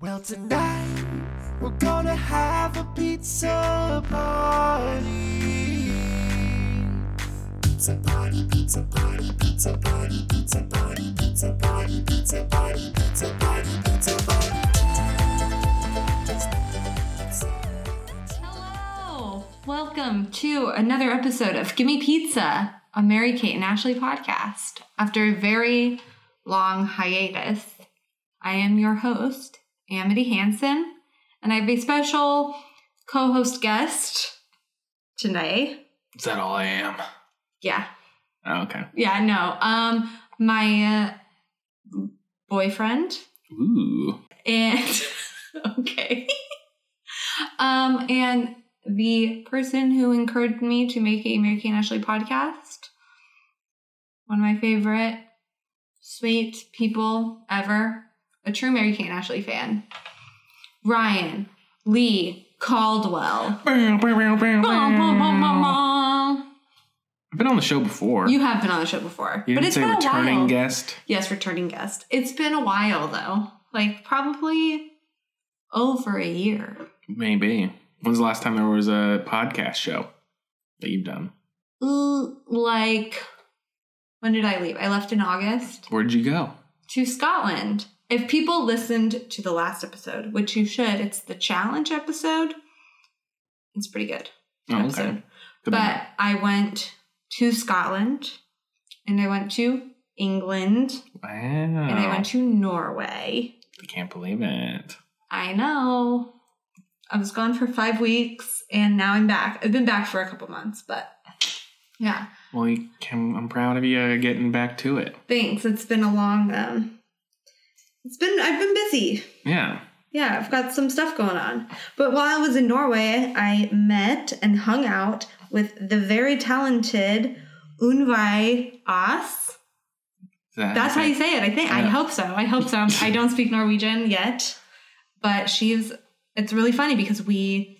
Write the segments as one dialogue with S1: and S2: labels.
S1: Well, tonight we're gonna have a pizza party. Pizza party, pizza party, pizza party, pizza party, pizza party, pizza party, pizza party, pizza party.
S2: Hello! Welcome to another episode of Gimme Pizza, a Mary Kate and Ashley podcast. After a very long hiatus, I am your host, Amity Hanson, and I have a special co host guest tonight.
S3: Is that all I am?
S2: Yeah,
S3: Oh, okay.
S2: yeah, no. Um, my uh, boyfriend
S3: Ooh.
S2: and okay um and the person who encouraged me to make a Mary Kay and Ashley podcast one of my favorite sweet people ever a true Mary Kay and Ashley fan Ryan Lee Caldwell Bum, bum, bum, bum,
S3: I've
S2: bum.
S3: been on the show before.
S2: you have been on the show before
S3: You
S2: but
S3: didn't
S2: it's
S3: say
S2: been a
S3: returning
S2: while
S3: guest.
S2: yes returning guest it's been a while though like probably over a year
S3: Maybe. When's the last time there was a podcast show that you've done?
S2: L- like when did I leave? I left in August
S3: Where'd you go?
S2: to Scotland. If people listened to the last episode, which you should, it's the challenge episode. It's pretty good.
S3: Oh,
S2: Episode.
S3: okay. Good
S2: But I went to Scotland and I went to England
S3: wow.
S2: and I
S3: Oh.
S2: went to Norway.
S3: I can't believe it.
S2: I know. I was gone for five weeks and now I'm back. I've been back for a couple months, but yeah.
S3: Well, you can, I'm proud of you getting back to it.
S2: Thanks. It's been a long um it's been I've been busy.
S3: Yeah.
S2: Yeah, I've got some stuff going on. But while I was in Norway, I met and hung out with the very talented Unvai As.
S3: Is that
S2: That's how you say it, I think. I
S3: Yeah.
S2: hope so. I hope so. I don't speak Norwegian yet, but she's it's really funny because we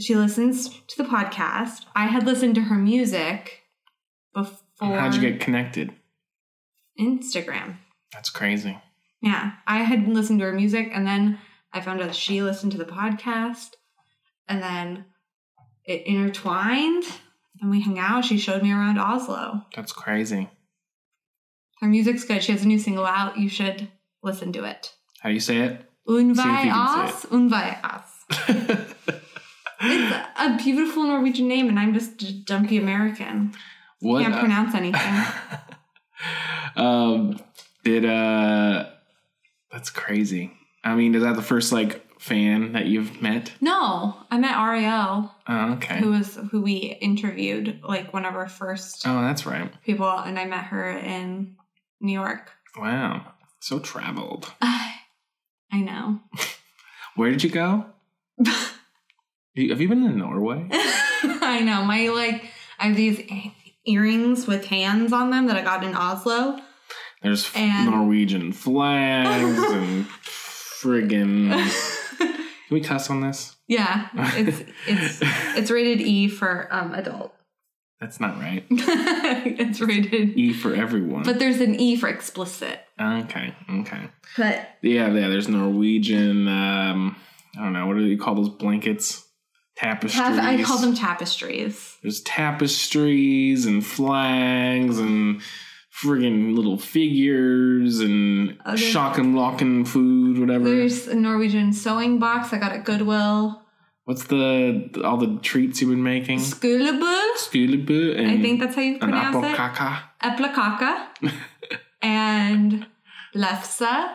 S2: she listens to the podcast. I had listened to her music before
S3: How'd you get connected?
S2: Instagram.
S3: That's crazy.
S2: Yeah, I had listened to her music, and then I found out she listened to the podcast, and then it intertwined, and we hung out. She showed me around Oslo.
S3: That's crazy.
S2: Her music's good. She has a new single out. You should listen to it.
S3: How do you say it? See if
S2: Unvei
S3: you can
S2: oss, unvei oss. It's a beautiful Norwegian name, and I'm just a dumpy American.
S3: what?
S2: Can't
S3: a-
S2: pronounce anything.
S3: um, did uh, that's crazy. I mean, is that the first like fan that you've met?
S2: No, I met Ariel,
S3: Oh, okay.
S2: who was who we interviewed like one of our first
S3: Oh, that's right.
S2: people, and I met her in New York.
S3: Wow, so traveled.
S2: I know.
S3: Where did you go? You- Have you been to Norway?
S2: I know. My like I have these earrings with hands on them that I got in Oslo.
S3: There's f-
S2: And-
S3: Norwegian flags and friggin'. Can we cuss on this?
S2: yeah. It's it's it's rated E for um adult.
S3: That's not right.
S2: it's rated
S3: E for everyone.
S2: But there's an E for explicit.
S3: okay, okay.
S2: But
S3: Yeah, yeah. There's Norwegian. Um, I don't know what do you call those blankets? Tapestries.
S2: tap- I call them tapestries.
S3: There's tapestries and flags and friggin' little figures and
S2: Oh, there's-
S3: shock and lockin' food, whatever.
S2: There's a Norwegian sewing box I got at Goodwill.
S3: What's the all the treats you've been making?
S2: Skulebu.
S3: Skulebu and
S2: I think that's how you
S3: Mm-hmm. an
S2: pronounce it.
S3: aprikaka.
S2: Eplakaka and Lefse and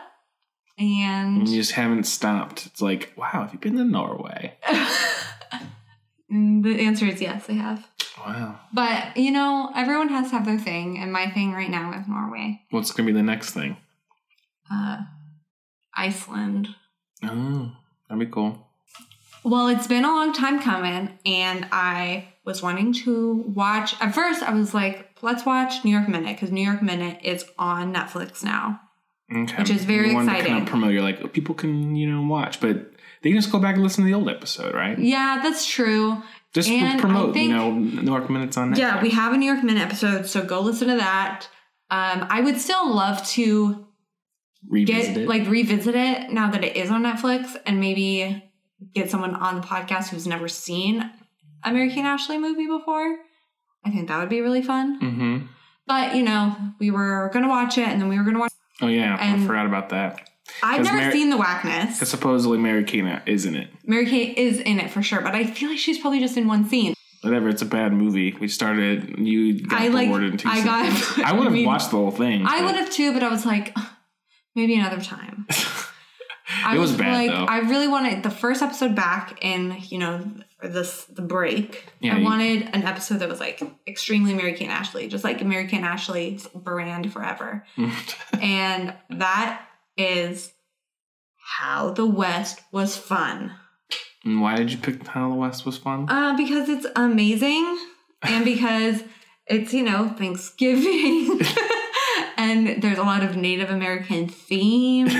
S3: And you just haven't stopped. It's like, wow, have you been to Norway?
S2: And the answer is yes, I have.
S3: Wow.
S2: But you know, everyone has to have their thing, and my thing right now is Norway,
S3: What's gonna be the next thing?
S2: uh, Iceland.
S3: Oh, that'd be cool.
S2: Well, it's been a long time coming, and I was wanting to watch. At first, I was like, let's watch New York Minute because New York Minute is on Netflix now.
S3: Okay.
S2: Which is very
S3: you wanted To
S2: exciting.
S3: kind of promote, you're like, oh, people can, you know, watch, but they can just go back and listen to the old episode, right?
S2: Yeah, that's true.
S3: Just
S2: And I
S3: promote,
S2: think-
S3: you know, North Minutes on Netflix.
S2: Yeah, we have a New York Minute episode, so go listen to that. Um, I would still love to
S3: revisit
S2: get
S3: it.
S2: like revisit it now that it is on Netflix and maybe get someone on the podcast who's never seen a Mary Kate and Ashley movie before. I think that would be really fun.
S3: hmm
S2: But you know, we were gonna watch it and then we were gonna watch.
S3: Oh yeah, I
S2: And-
S3: forgot about that.
S2: I've
S3: 'Cause
S2: never
S3: Mary-
S2: seen the
S3: 'Cause
S2: whackness.
S3: supposedly Mary Kate is in it.
S2: Mary Kate is in it for sure, but I feel like she's probably just in one scene.
S3: Whatever, it's a bad movie. We started. You got
S2: I like.
S3: bored in two
S2: I
S3: seconds.
S2: got.
S3: I would have
S2: mean,
S3: watched the whole thing.
S2: I
S3: but-
S2: would have too, but I was like, "Ugh, maybe another time. I
S3: It was bad,
S2: like,
S3: though.
S2: I really wanted the first episode back in, you know, this the break.
S3: Yeah,
S2: I
S3: you-
S2: wanted an episode that was like extremely Mary Kate and Ashley, just like Mary Kate and Ashley's brand forever. and that is how the West was fun.
S3: And Why did you pick How the West Was Fun?
S2: Uh, because it's amazing and because it's, you know, Thanksgiving and there's a lot of Native American themes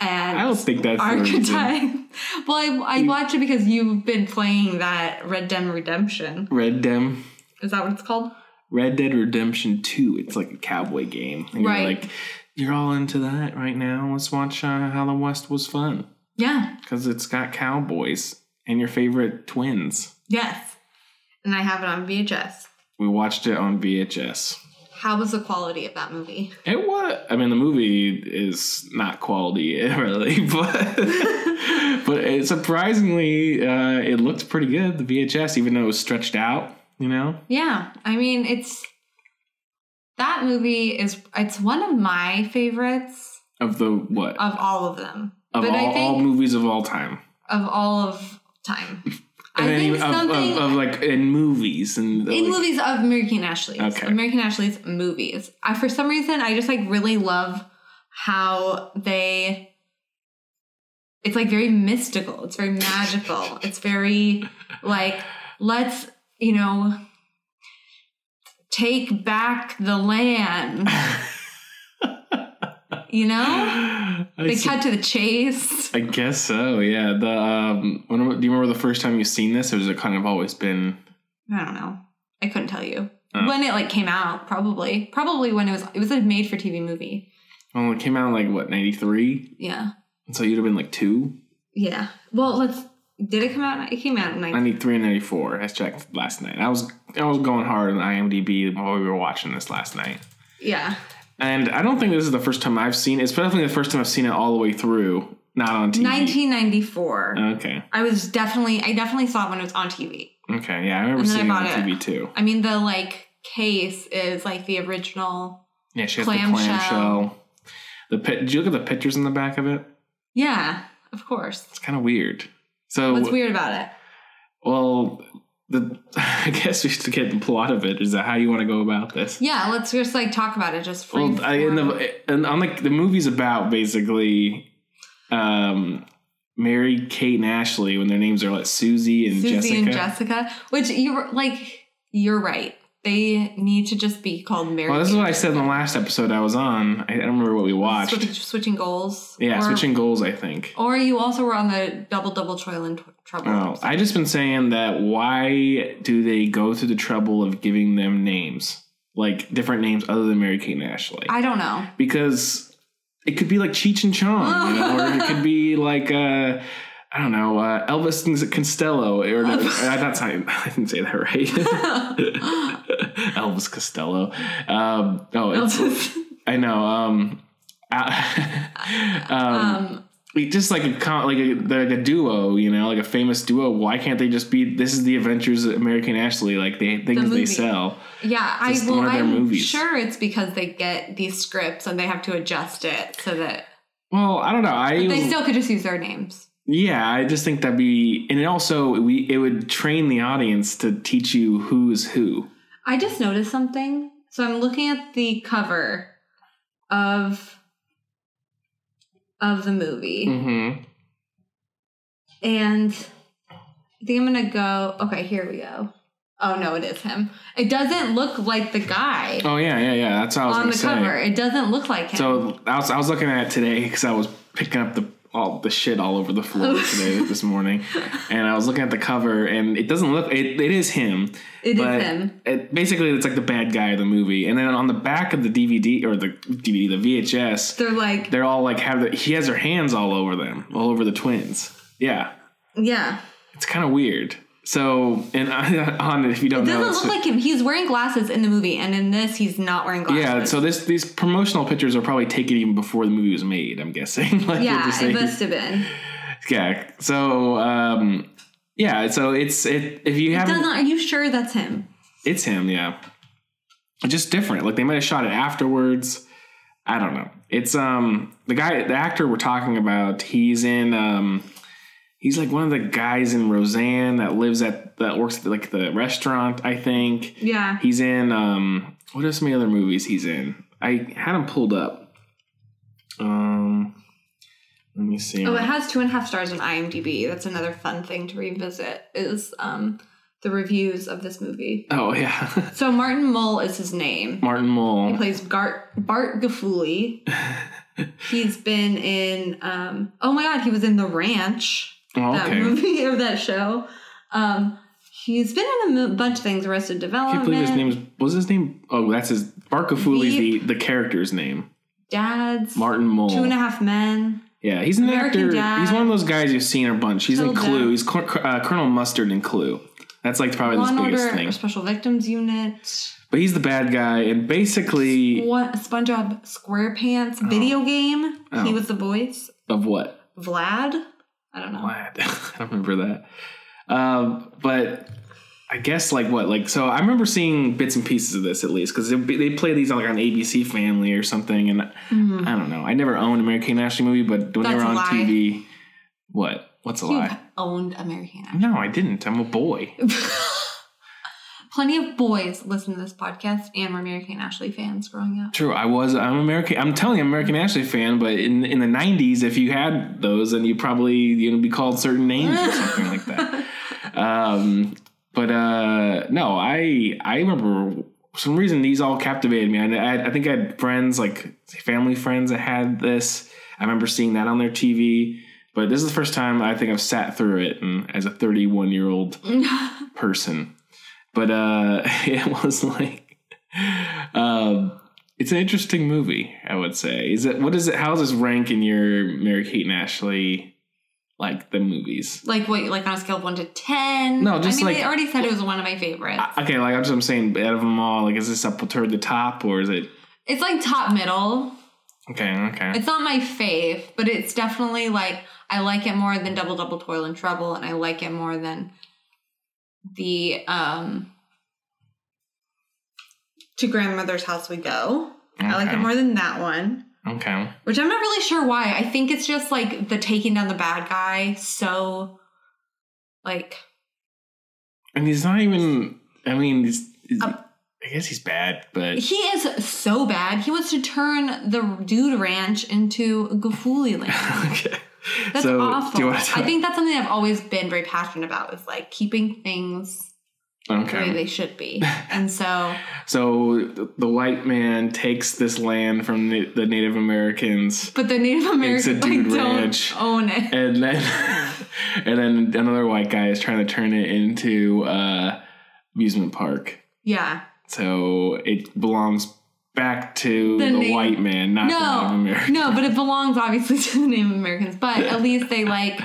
S3: I
S2: and
S3: don't think that's the reason.
S2: archetype. Well, I, I watch it because you've been playing that Red Dead Redemption.
S3: Red Dem.
S2: Is that what it's called?
S3: Red Dead Redemption 2. It's like a cowboy game. And
S2: Right.
S3: You're like, you're all into that right now. Let's watch uh, How the West Was Fun.
S2: Yeah.
S3: Because it's got cowboys and your favorite twins.
S2: Yes. And I have it on VHS.
S3: We watched it on VHS.
S2: How was the quality of that movie?
S3: It was, I mean, the movie is not quality, really, but. But it, surprisingly, uh, it looked pretty good. The VHS, even though it was stretched out, you know.
S2: Yeah, I mean it's that movie is it's one of my favorites
S3: of the what
S2: of all of them.
S3: of
S2: Uh, but
S3: all,
S2: I think
S3: all movies of all time
S2: of all of time. I
S3: And then
S2: think
S3: of, of-
S2: something
S3: of, like in movies and
S2: in
S3: like,
S2: movies of American Ashley's.
S3: Okay.
S2: American Ashley's movies. I for some reason I just like really love how they it's like very mystical. It's very magical. it's very like let's, you know, take back the land. you know?
S3: I,
S2: They
S3: s-
S2: cut to the chase.
S3: I guess so yeah the um when, do you remember the first time you've seen this or has it kind of always been
S2: I don't know. I couldn't tell you.
S3: Oh.
S2: When it like came out, probably. Probably when it was it was a made for TV movie.
S3: well oh, it came out in like what 93
S2: Yeah.
S3: and so you'd have been like two
S2: Yeah. Well, let's did it come out it came out in like
S3: 93 and 94 I checked last night I was I was going hard on IMDb while we were watching this last night
S2: yeah.
S3: and I don't think this is the first time I've seen it. it's definitely the first time I've seen it all the way through not on TV
S2: 1994.
S3: okay
S2: I was definitely I definitely saw it when it was on TV.
S3: okay yeah I remember
S2: And then I
S3: seeing it on
S2: bought it.
S3: TV too
S2: I mean the like case is like the original.
S3: Yeah, she has the
S2: Clamshell.
S3: clamshell. The pi- did you look at the pictures in the back of it?
S2: Yeah, of course.
S3: It's kind of weird. So,
S2: What's weird about it?
S3: well, the I guess we should get the plot of it. Is that how you want to go about this?
S2: Yeah, let's just like talk about it just for
S3: Well, I, in the and on the the movie's about basically, um, Mary, Kate, and Ashley when their names are like Susie and
S2: Susie
S3: Jessica.
S2: and Jessica, which you were like you're right. They need to just be called Mary.
S3: well, this is
S2: Kate.
S3: what I said in the last episode I was on. I, I don't remember what we
S2: Switch-
S3: watched.
S2: switching goals.
S3: Yeah,
S2: or,
S3: switching goals. I think.
S2: Or you also were on the double double toil and tw- trouble.
S3: Oh, I just been saying that why do they go through the trouble of giving them names? Like different names other than Mary Kate and Ashley.
S2: I don't know.
S3: because it could be like Cheech and Chong, you know, or it could be like uh I don't know, uh, Elvis and Costello, or no, uh, that's not, I didn't say that right.
S2: Um,
S3: Elvis Costello. Um, no, it's, I know. Um, uh, um,
S2: um,
S3: it just like a con- like a they're like a duo, you know, like a famous duo. Why can't they just be? This is the Adventures of American Ashley. Like they things they
S2: movie.
S3: sell.
S2: yeah, I
S3: just
S2: well,
S3: one of their
S2: I'm
S3: movies.
S2: sure it's because they get these scripts and they have to adjust it so that
S3: Well, I don't know. I
S2: but they
S3: was-
S2: still could just use their names.
S3: yeah, I just think that'd be, and it also we it would train the audience to teach you who is who.
S2: I just noticed something. So I'm looking at the cover of of the movie,
S3: Mm-hmm.
S2: and I think I'm gonna go. Okay, here we go. Oh no, it is him. It doesn't look like the guy
S3: Oh yeah, yeah, yeah. That's how I was
S2: on
S3: gonna
S2: the
S3: say.
S2: cover. It doesn't look like him.
S3: So I was I was looking at it today because I was picking up the all the shit all over the floor today this morning, and I was looking at the cover, and it doesn't look. It, it is him.
S2: It is
S3: but
S2: him.
S3: It, basically, it's like the bad guy of the movie, and then on the back of the DVD or the DVD, the VHS,
S2: They're like,
S3: they're all like have the, he has their hands all over them, all over the twins. Yeah,
S2: yeah.
S3: it's kind of weird. So, and on if you don't
S2: It
S3: know, it's-
S2: doesn't look like him. He's wearing glasses in the movie, and in this, he's not wearing glasses.
S3: Yeah, so this these promotional pictures are probably taken even before the movie was made. I'm guessing. like
S2: yeah,
S3: they're just
S2: it
S3: like-
S2: must have been.
S3: yeah. So um, yeah, so it's it. If you haven't,
S2: Doesn't, are you sure that's him?
S3: it's him. Yeah, It's just different. Like they might have shot it afterwards. I don't know. It's um the guy, the actor we're talking about. He's in um, he's like one of the guys in Roseanne that lives at that works at like the restaurant. I think.
S2: Yeah.
S3: He's in um what are some of the other movies he's in? I had him pulled up. Um let me see.
S2: Oh, it has two and a half stars on IMDb. That's another fun thing to revisit is um, the reviews of this movie.
S3: oh yeah.
S2: So Martin Mull is his name.
S3: Martin
S2: He
S3: Mull.
S2: plays Gar- Bart Gafuli. He's been in. Um, oh my God, he was in The Ranch.
S3: Oh,
S2: that
S3: okay.
S2: movie or that show. Um, he's been in a mo- bunch of things, Arrested
S3: I
S2: Development.
S3: can't believe his name was was his name oh that's his Barkafuli's the the character's name.
S2: Dad's
S3: Martin Mull.
S2: Two and a Half Men.
S3: yeah, he's an
S2: American
S3: actor.
S2: Dad.
S3: He's one of those guys you've seen a bunch. He's in
S2: Tilda.
S3: Clue. He's Cor- uh, Colonel Mustard in Clue. That's like probably
S2: Law
S3: his
S2: and
S3: biggest
S2: Order,
S3: thing.
S2: Special Victims Unit.
S3: But he's the bad guy and basically
S2: What SpongeBob SquarePants video game.
S3: Oh.
S2: He was the voice.
S3: of what?
S2: Vlad. I don't know.
S3: Glad. I don't remember that. Um, but I guess like what like so I remember seeing bits and pieces of this at least because they, they play these on like on ABC Family or something, and
S2: Mhm.
S3: I don't know. I never owned American National movie, but when they
S2: That's
S3: were
S2: a
S3: on
S2: lie.
S3: TV, what? What's a
S2: You've
S3: lie?
S2: owned American Action.
S3: No, I didn't. I'm a boy.
S2: Plenty of boys listen to this podcast and were American Ashley fans growing up.
S3: True, I was. I'm American. I'm telling you, I'm American Ashley fan. But in in the '90s, if you had those, then you probably you know be called certain names or something like that. Um, but uh, no, I I remember for some reason these all captivated me. I, I I think I had friends like family friends that had this. I remember seeing that on their TV. But this is the first time I think I've sat through it, and as a 31 year old person. But uh it was like um it's an interesting movie, I would say. Is it what is it how does this rank in your Mary Kate and Ashley like the movies?
S2: Like what? Like on a scale of one to ten?
S3: No, just
S2: I mean,
S3: like-
S2: they already said it was one of my favorites.
S3: I- Okay, like I'm just I'm saying out of them all, like is this up toward the top or is it
S2: it's like top middle.
S3: okay, okay.
S2: It's not my fave, but it's definitely like I like it more than Double Double Toil and Trouble, and I like it more than the um To Grandmother's House We Go. I like it
S3: Okay.
S2: more than that one.
S3: Okay.
S2: Which I'm not really sure why. I think it's just like the taking down the bad guy so like
S3: And he's not even I mean he's, he's-
S2: Um,
S3: I guess he's bad, but
S2: He is so bad. He wants to turn the Dude Ranch into Gafuli Land.
S3: okay.
S2: That's
S3: so
S2: awful.
S3: do you want to
S2: I think that's something I've always been very passionate about is like keeping things the way
S3: okay.
S2: they should be. And so
S3: So th- the white man takes this land from the, the Native Americans,
S2: but the Native
S3: Makes a
S2: Americans like
S3: dude
S2: don't
S3: ranch.
S2: own it.
S3: and then and then another white guy is trying to turn it into uh, amusement park.
S2: Yeah.
S3: So it belongs back to
S2: The
S3: the,
S2: Native-
S3: white man, not the Native
S2: No.
S3: American.
S2: No, but it belongs obviously to the Native Americans. But at least they like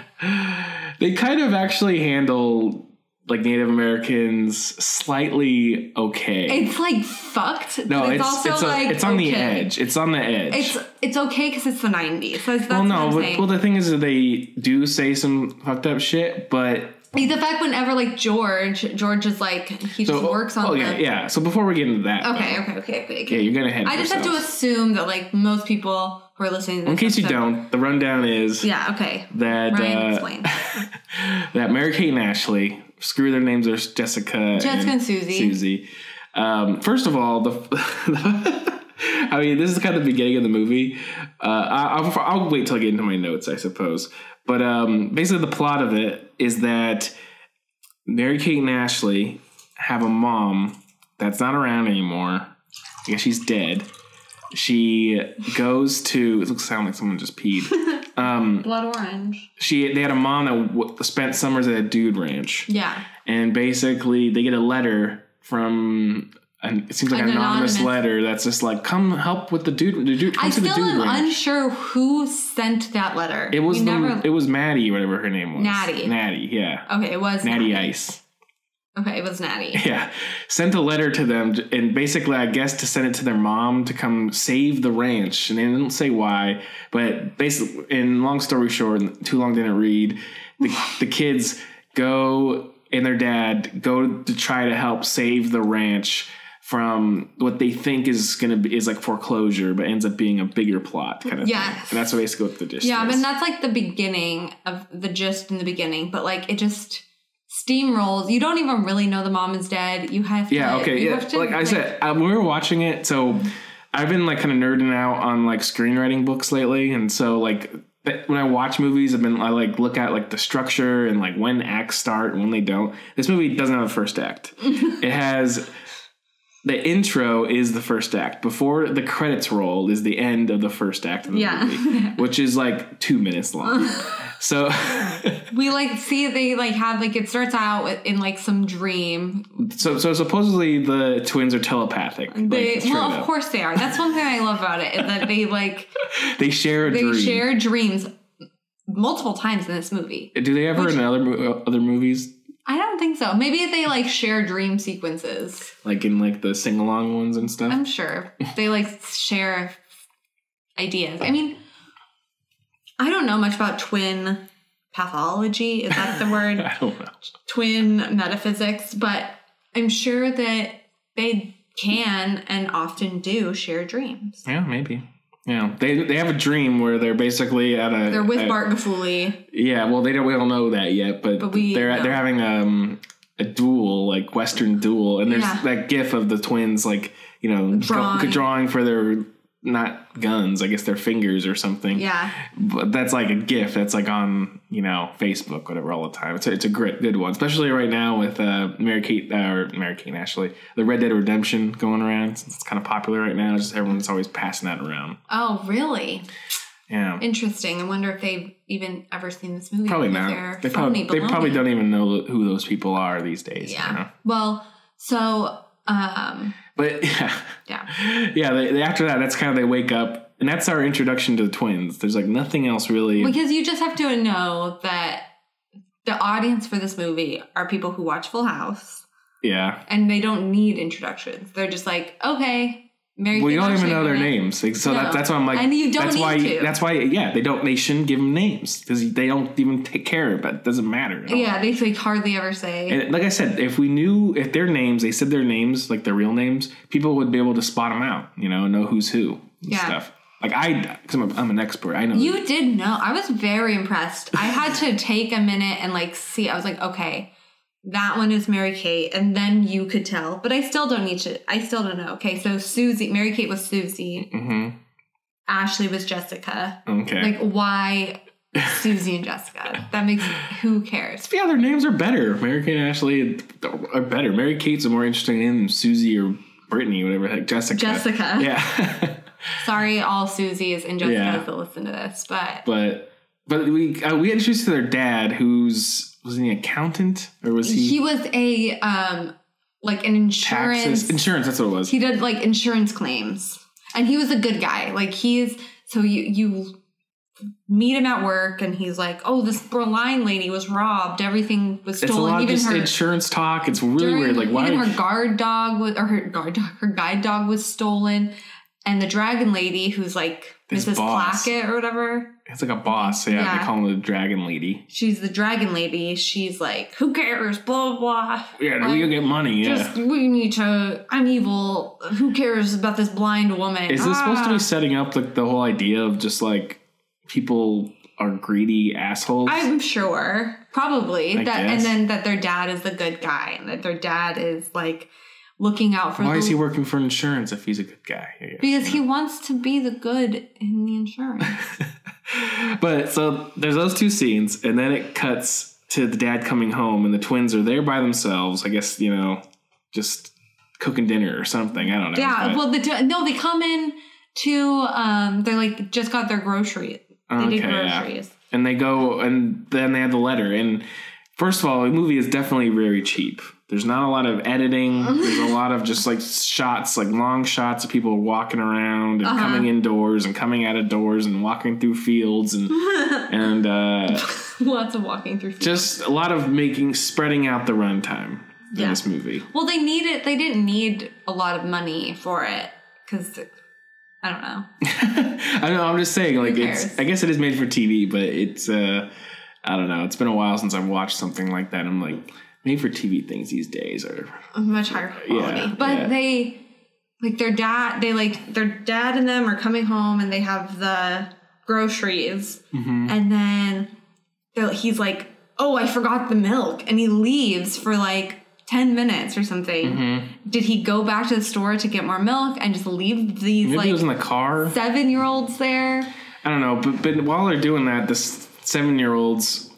S3: They kind of actually handle like Native Americans slightly okay.
S2: it's like fucked.
S3: no,
S2: but
S3: it's
S2: it's, also
S3: it's, a-
S2: like
S3: it's on the
S2: okay.
S3: edge. It's on the edge.
S2: It's it's okay because it's the nineties. That's, that's
S3: well,
S2: what
S3: no,
S2: I'm
S3: but,
S2: saying.
S3: well the thing is that they do say some fucked up shit, but
S2: Like, the fact whenever like George, George is like he just works on
S3: oh,
S2: the
S3: yeah, yeah. So before we get into that,
S2: Okay, okay, okay, okay.
S3: though, yeah,
S2: okay.
S3: you're gonna head.
S2: I just have to assume that like most people who are listening to this
S3: In case you
S2: episode-
S3: don't, the rundown is
S2: Yeah, okay.
S3: that
S2: Ryan
S3: uh,
S2: explain.
S3: that Mary Kate and Ashley screw their names are Jessica,
S2: Jessica and Susie.
S3: Susie. Um, first of all, the. I mean, this is kind of the beginning of the movie. Uh, I, I'll, I'll wait till I get into my notes, I suppose. But um, basically, the plot of it is that Mary Kate and Ashley have a mom that's not around anymore. I guess she's dead. She goes to. It looks sound like someone just peed. Um,
S2: Blood orange.
S3: she they had a mom that w- spent summers at a dude ranch,
S2: Yeah.
S3: and basically they get a letter from. An, it seems like an,
S2: An
S3: anonymous,
S2: anonymous-
S3: letter that's just like, "Come help with the dude. The dude come
S2: I
S3: to the
S2: still
S3: dude
S2: am
S3: ranch."
S2: unsure who sent that letter.
S3: It was
S2: We
S3: the,
S2: never.
S3: it was Maddie, whatever her name was.
S2: Natty.
S3: Natty, yeah.
S2: okay, it was
S3: Natty Ice.
S2: Okay, it was Natty.
S3: Yeah. Sent a letter to them and basically I guess to send it to their mom to come save the ranch. And they didn't say why, but basically in long story short, too long didn't read, the, the kids go and their dad go to try to help save the ranch from what they think is gonna be is like foreclosure, but ends up being a bigger plot kind of thing.
S2: Yes.
S3: And that's basically what the dish
S2: Yeah,
S3: is.
S2: but that's like the beginning of the gist in the beginning, but like it just steamrolls. You don't even really know the mom is dead. You have to.
S3: Yeah, okay.
S2: you
S3: Yeah.
S2: have to,
S3: like I said, uh, we were watching it, so I've been like kind of nerding out on like screenwriting books lately, and so like th- when I watch movies, I've been I like look at like the structure and like when acts start and when they don't. This movie doesn't have a first act. it has the intro is the first act. Before the credits roll is the end of the first act of the
S2: Yeah.
S3: movie, which is like two minutes long. so
S2: we like see they like have like it starts out with- in like some dream.
S3: so so supposedly the twins are telepathic. like,
S2: They
S3: it's
S2: well,
S3: true,
S2: of
S3: though.
S2: course they are. That's one thing I love about it is that they like
S3: they share a
S2: they
S3: dream.
S2: share dreams multiple times in this movie.
S3: Do they ever in other mo- other movies
S2: I don't think so. Maybe they like share dream sequences.
S3: like in like the sing along ones and stuff?
S2: I'm sure they like share ideas. I mean, I don't know much about twin pathology. Is that the word?
S3: I don't know.
S2: twin metaphysics, but I'm sure that they can and often do share dreams.
S3: Yeah, maybe. Yeah, they they have a dream where they're basically at a.
S2: They're with
S3: a-
S2: Bart Gafuli.
S3: Yeah, well, they don't we don't know that yet, but,
S2: But we
S3: they're
S2: know.
S3: they're having um a duel like Western duel, and there's
S2: Yeah.
S3: that gif of the twins like you know draw-
S2: Drawing.
S3: drawing for their not guns, I guess their fingers or something.
S2: Yeah.
S3: but that's like a gif that's like on you know Facebook whatever all the time. It's a, it's a great good one, especially right now with uh, Mary Kate uh, or Mary Kate and Ashley, the Red Dead Redemption going around. It's, it's kind of popular right now. Just everyone's always passing that around.
S2: Oh, really?
S3: Yeah,
S2: Interesting. I wonder if they've even ever seen this movie.
S3: probably
S2: with
S3: not.
S2: their
S3: They probably
S2: phony
S3: they probably e-
S2: baloney.
S3: don't even know who those people are these days. you
S2: Yeah.
S3: know?
S2: Well, so um,
S3: But yeah,
S2: yeah.
S3: yeah. They, they, after that, that's kind of they wake up, and that's our introduction to the twins. There's like nothing else really.
S2: Because you just have to know that the audience for this movie are people who watch Full House
S3: yeah.
S2: and they don't need introductions. They're just like, okay, Mary.
S3: Well, you
S2: Kate
S3: don't even
S2: Ashley,
S3: know their
S2: right?
S3: names, like, so that,
S2: No.
S3: that's why I'm like,
S2: And you don't
S3: that's
S2: need
S3: why,
S2: to.
S3: that's why, yeah, they don't, they shouldn't give them names because they don't even take care of it. It Doesn't matter. at all.
S2: Yeah, they like hardly ever say.
S3: And like I said, if we knew if their names, they said their names, like their real names, people would be able to spot them out, you know, and know who's who and
S2: Yeah.
S3: stuff. Like I, because I'm, a- I'm an expert, I know.
S2: you did know. I was very impressed. I had to take a minute and like see. I was like, okay, that one is Mary Kate, and then you could tell. But I still don't need to. I still don't know. Okay, so Susie, Mary Kate was Susie.
S3: hmm
S2: Ashley was Jessica.
S3: Okay.
S2: Like why Susie and Jessica? That makes who cares?
S3: yeah, their names are better. Mary Kate and Ashley are better. Mary Kate's a more interesting name than Susie or Brittany, whatever. Like Jessica.
S2: Jessica.
S3: Yeah.
S2: Sorry, all Susies and Jessicas
S3: Yeah.
S2: that listen to this, but
S3: but but we uh, we got introduced to their dad, who's was he an accountant or was he,
S2: he was a um like an insurance
S3: taxes insurance? That's what it was.
S2: he did like insurance claims and he was a good guy like he's so you you meet him at work and he's like oh this line lady was robbed everything was
S3: it's a
S2: stolen
S3: lot of
S2: even
S3: just
S2: her
S3: insurance talk. It's really
S2: during-
S3: weird. Like
S2: even
S3: why?
S2: her guard dog was, or her guard dog her guide dog was stolen and the dragon lady who's like
S3: His
S2: mrs
S3: boss.
S2: plackett or whatever
S3: It's like a boss. Yeah, they
S2: Yeah.
S3: call him the Dragon Lady.
S2: she's the dragon lady she's like who cares blah blah blah
S3: Yeah,
S2: Like,
S3: we go get money. Yeah.
S2: just we need to i'm evil who cares about this blind woman
S3: Is this supposed to
S2: Ah.
S3: be setting up like the whole idea of just like people are greedy assholes?
S2: I'm sure, probably
S3: I
S2: that,
S3: guess.
S2: and then that their dad is the good guy, and that their dad is like looking out for.
S3: why
S2: the,
S3: is he working for insurance if he's a good guy? I guess.
S2: Because he wants to be the good in the insurance.
S3: but so there's those two scenes, and then it cuts to the dad coming home, and the twins are there by themselves. I guess you know, just cooking dinner or something. I don't know.
S2: yeah.
S3: but-
S2: Well, the no, they come in to. Um, they're like just got their grocery They did
S3: Okay, yeah.
S2: groceries.
S3: and they go and then they have the letter and first of all the movie is definitely very cheap there's not a lot of editing there's a lot of just like shots like long shots of people walking around and
S2: Uh-huh.
S3: coming indoors and coming out of doors and walking through fields and and uh,
S2: Lots of walking through. fields.
S3: just a lot of making spreading out the runtime in
S2: Yeah.
S3: this movie
S2: well, they needed. They didn't need a lot of money for it because I don't know.
S3: I don't know. I'm just saying, like, it's.
S2: cares?
S3: I guess it is made for TV, but it's. uh I don't know. It's been a while since I've watched something like that. I'm like, made for TV things these days are.
S2: much higher quality.
S3: Yeah,
S2: but
S3: yeah.
S2: they like their dad they like their dad and them are coming home and they have the groceries
S3: Mm-hmm.
S2: and then they're- he's like, "Oh, I forgot the milk." And he leaves for like 10 minutes or something.
S3: Mm-hmm.
S2: Did he go back to the store to get more milk and just leave these
S3: Maybe it was in
S2: like
S3: the car.
S2: 7-year-olds there?
S3: I don't know. But but while they're doing that, this seven year olds.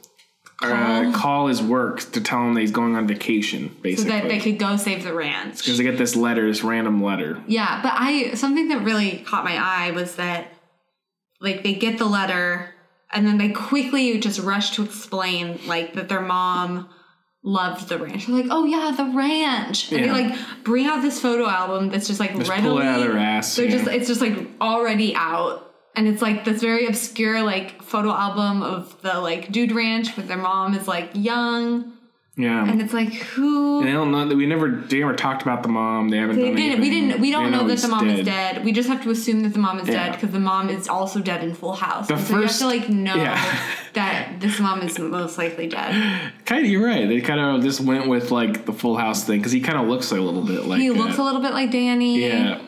S3: Uh, call his work to tell him that he's going on vacation,
S2: So that they
S3: basically.
S2: could go save the ranch.
S3: Because they get this letter, this random letter.
S2: Yeah, but I something that really caught my eye was that like they get the letter and then they quickly just rush to explain like that their mom loved the ranch. They're like, "Oh yeah, the ranch." And
S3: Yeah.
S2: they like bring out this photo album that's just like
S3: Just pull
S2: readily
S3: it out of their ass.
S2: they're
S3: you
S2: just
S3: know.
S2: it's just like already out. And it's like this very obscure like photo album of the like dude ranch with their mom is like young
S3: yeah.
S2: and it's like who
S3: And they don't know that we never they never talked about the mom. They haven't.
S2: They
S3: done
S2: didn't. We
S3: anything.
S2: didn't. We don't
S3: They
S2: know, that
S3: he's
S2: the mom is dead. We just have to assume that the mom is
S3: Yeah.
S2: dead because the mom is also dead in Full House.
S3: The
S2: And
S3: first-
S2: so you have to like know
S3: yeah.
S2: that this mom is most likely dead.
S3: Kind of, you're right. They kind of just went with like the Full House thing because he kind of looks a little bit like.
S2: He
S3: that.
S2: looks a little bit like Danny.
S3: Yeah.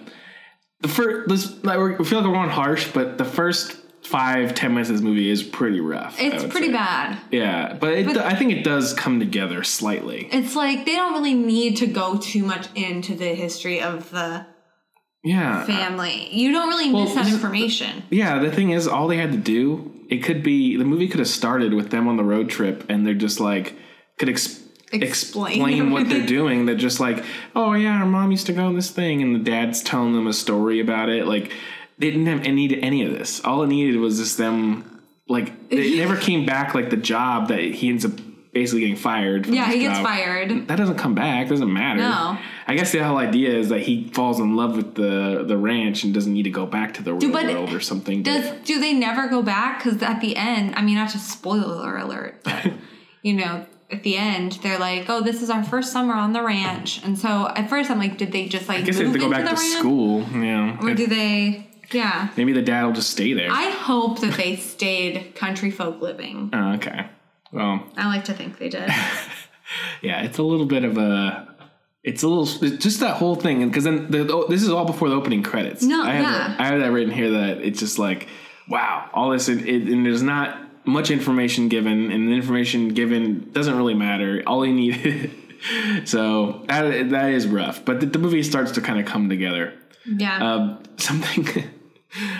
S3: The first, this, like, we're- we feel like we're going harsh, but the first five ten minutes of this movie is pretty rough. I
S2: It's
S3: would
S2: pretty
S3: say.
S2: bad.
S3: Yeah, but, it, do- I think it does come together slightly.
S2: It's like they don't really need to go too much into the history of the
S3: Yeah.
S2: family. You don't really
S3: Uh, Well,
S2: miss that
S3: this-
S2: information.
S3: Yeah, the thing is, all they had to do, it could be the movie could have started with them on the road trip, and they're just like could ex-
S2: Explain
S3: explain, what they're
S2: everything.
S3: doing. They're just like, oh yeah, our mom used to go on this thing, and the dad's telling them a story about it. Like they didn't have any need any of this. All it needed was just them. Like it never came back. Like the job that he ends up basically getting fired. from
S2: Yeah,
S3: his
S2: he gets
S3: job.
S2: fired.
S3: That doesn't come back. Doesn't matter.
S2: No.
S3: I guess the whole idea is that he falls in love with the the ranch and doesn't need to go back to the real
S2: but
S3: world or something. but-
S2: Does do they never go back? Because at the end, I mean, not to spoiler alert, but you know, at the end, they're like, "Oh, this is our first summer on the ranch," and so at first, I'm like, "Did they just like
S3: I guess they
S2: move
S3: have to go
S2: into
S3: back
S2: the
S3: to
S2: ranch?
S3: school. Yeah.
S2: or do they?" Yeah,
S3: Maybe the dad will just stay there.
S2: I hope that they stayed country folk living.
S3: oh, okay. Well,
S2: I like to think they did.
S3: yeah, it's a little bit of a. It's a little it's just that whole thing, and because then the, oh, this is all before the opening credits.
S2: No,
S3: I have,
S2: yeah.
S3: that- I have that written here that it's just like, wow, all this, it, it, and there's not much information given, and the information given doesn't really matter. All you need, so that that is rough. But the, the movie starts to kind of come together.
S2: Yeah,
S3: Um, something,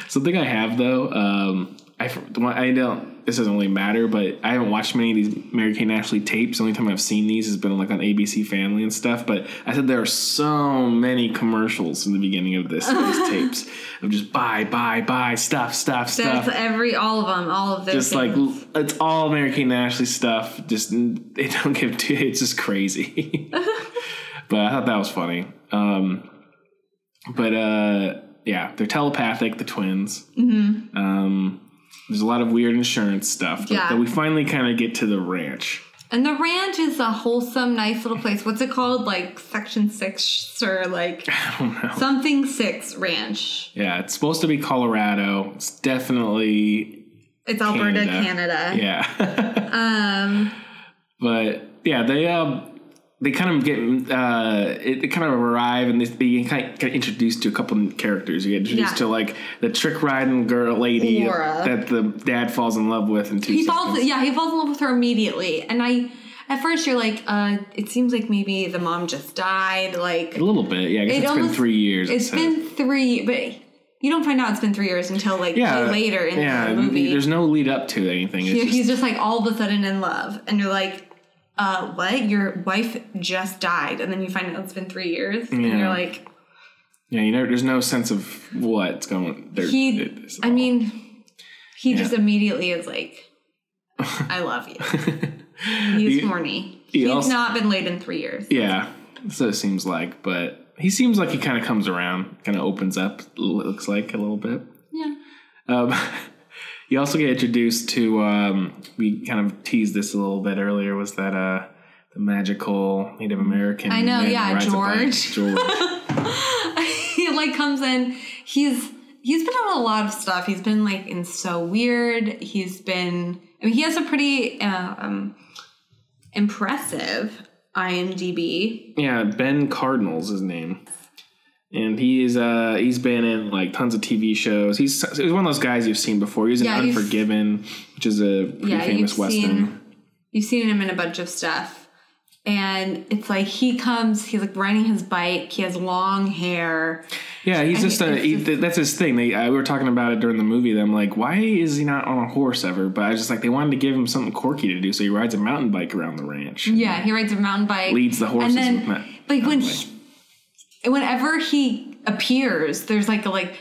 S3: something I have though. Um, I I don't. This doesn't really matter, but I haven't watched many of these Mary Kay and Ashley tapes. The only time I've seen these has been like on ABC Family and stuff. But I said there are so many commercials in the beginning of this these tapes of just buy, buy, buy stuff, stuff,
S2: that's
S3: stuff.
S2: every all of them, all of those.
S3: uh, Just like
S2: things.
S3: it's all Mary Kay and Ashley stuff. Just they don't give two. It's just crazy. but I thought that was funny. Um, but uh, yeah, they're telepathic, the twins. Mm-hmm. Um, there's a lot of weird insurance stuff. But,
S2: Yeah.
S3: but we finally kind of get to the ranch.
S2: and the ranch is a wholesome, nice little place. What's it called? Like Section Six or like
S3: I don't know.
S2: something Six Ranch.
S3: Yeah, it's supposed to be Colorado. It's definitely
S2: It's Alberta, Canada.
S3: Canada. yeah.
S2: Um,
S3: but yeah, they um they kind of get uh it, they kind of arrive and they, they kind of get introduced to a couple of characters. You get introduced
S2: Yeah.
S3: to like the trick riding girl lady
S2: Laura.
S3: that the dad falls in love with and two
S2: he
S3: seconds.
S2: falls. Yeah, he falls in love with her immediately, and I. At first, you're like, uh, it seems like maybe the mom just died. Like
S3: a little bit. Yeah, I guess
S2: It
S3: it's been
S2: almost-
S3: three years. it
S2: it's
S3: says.
S2: been three, but you don't find out it's been three years until like
S3: yeah
S2: way later in
S3: yeah.
S2: the movie.
S3: There's no lead up to anything. It's
S2: He-
S3: just,
S2: he's just like all of a sudden in love, and you're like, uh, what? Your wife just died, and then you find out it's been three years, and
S3: Yeah.
S2: you're like,
S3: yeah, you know, there's no sense of what's going. There,
S2: he.
S3: it is at
S2: I
S3: all.
S2: mean, He
S3: Yeah.
S2: just immediately is like, I love you. He's
S3: You-
S2: horny.
S3: he
S2: He's
S3: also-
S2: not been laid in three years.
S3: Yeah, so it seems like, but he seems like he kind of comes around, kind of opens up. Looks like a little bit.
S2: Yeah.
S3: Um, you also get introduced to. Um, we kind of teased this a little bit earlier. Was that uh, the magical Native American?
S2: I know,
S3: man who
S2: yeah,
S3: rides a bike?
S2: George.
S3: George.
S2: he like comes in. He's he's been on a lot of stuff. He's been like in so weird. He's been. I mean, he has a pretty um, impressive IMDb.
S3: Yeah, Ben Cardinals his name. And he's uh he's been in like tons of TV shows. He's he's one of those guys you've seen before. He was in
S2: Yeah, you've-
S3: Unforgiven, which is a pretty
S2: Yeah,
S3: famous
S2: you've
S3: western.
S2: seen- You've seen him in a bunch of stuff, and it's like he comes. He's like riding his bike. He has long hair.
S3: yeah, he's
S2: and
S3: just a
S2: it's
S3: he,
S2: just-
S3: th- that's his thing. They I, we were talking about it during the movie. That I'm like, why is he not on a horse ever? But I was just like they wanted to give him something quirky to do, so he rides a mountain bike around the ranch.
S2: Yeah, he rides a mountain bike.
S3: Leads the horses
S2: And then,
S3: with that
S2: like when
S3: mountain
S2: he, whenever he appears, there's like a like.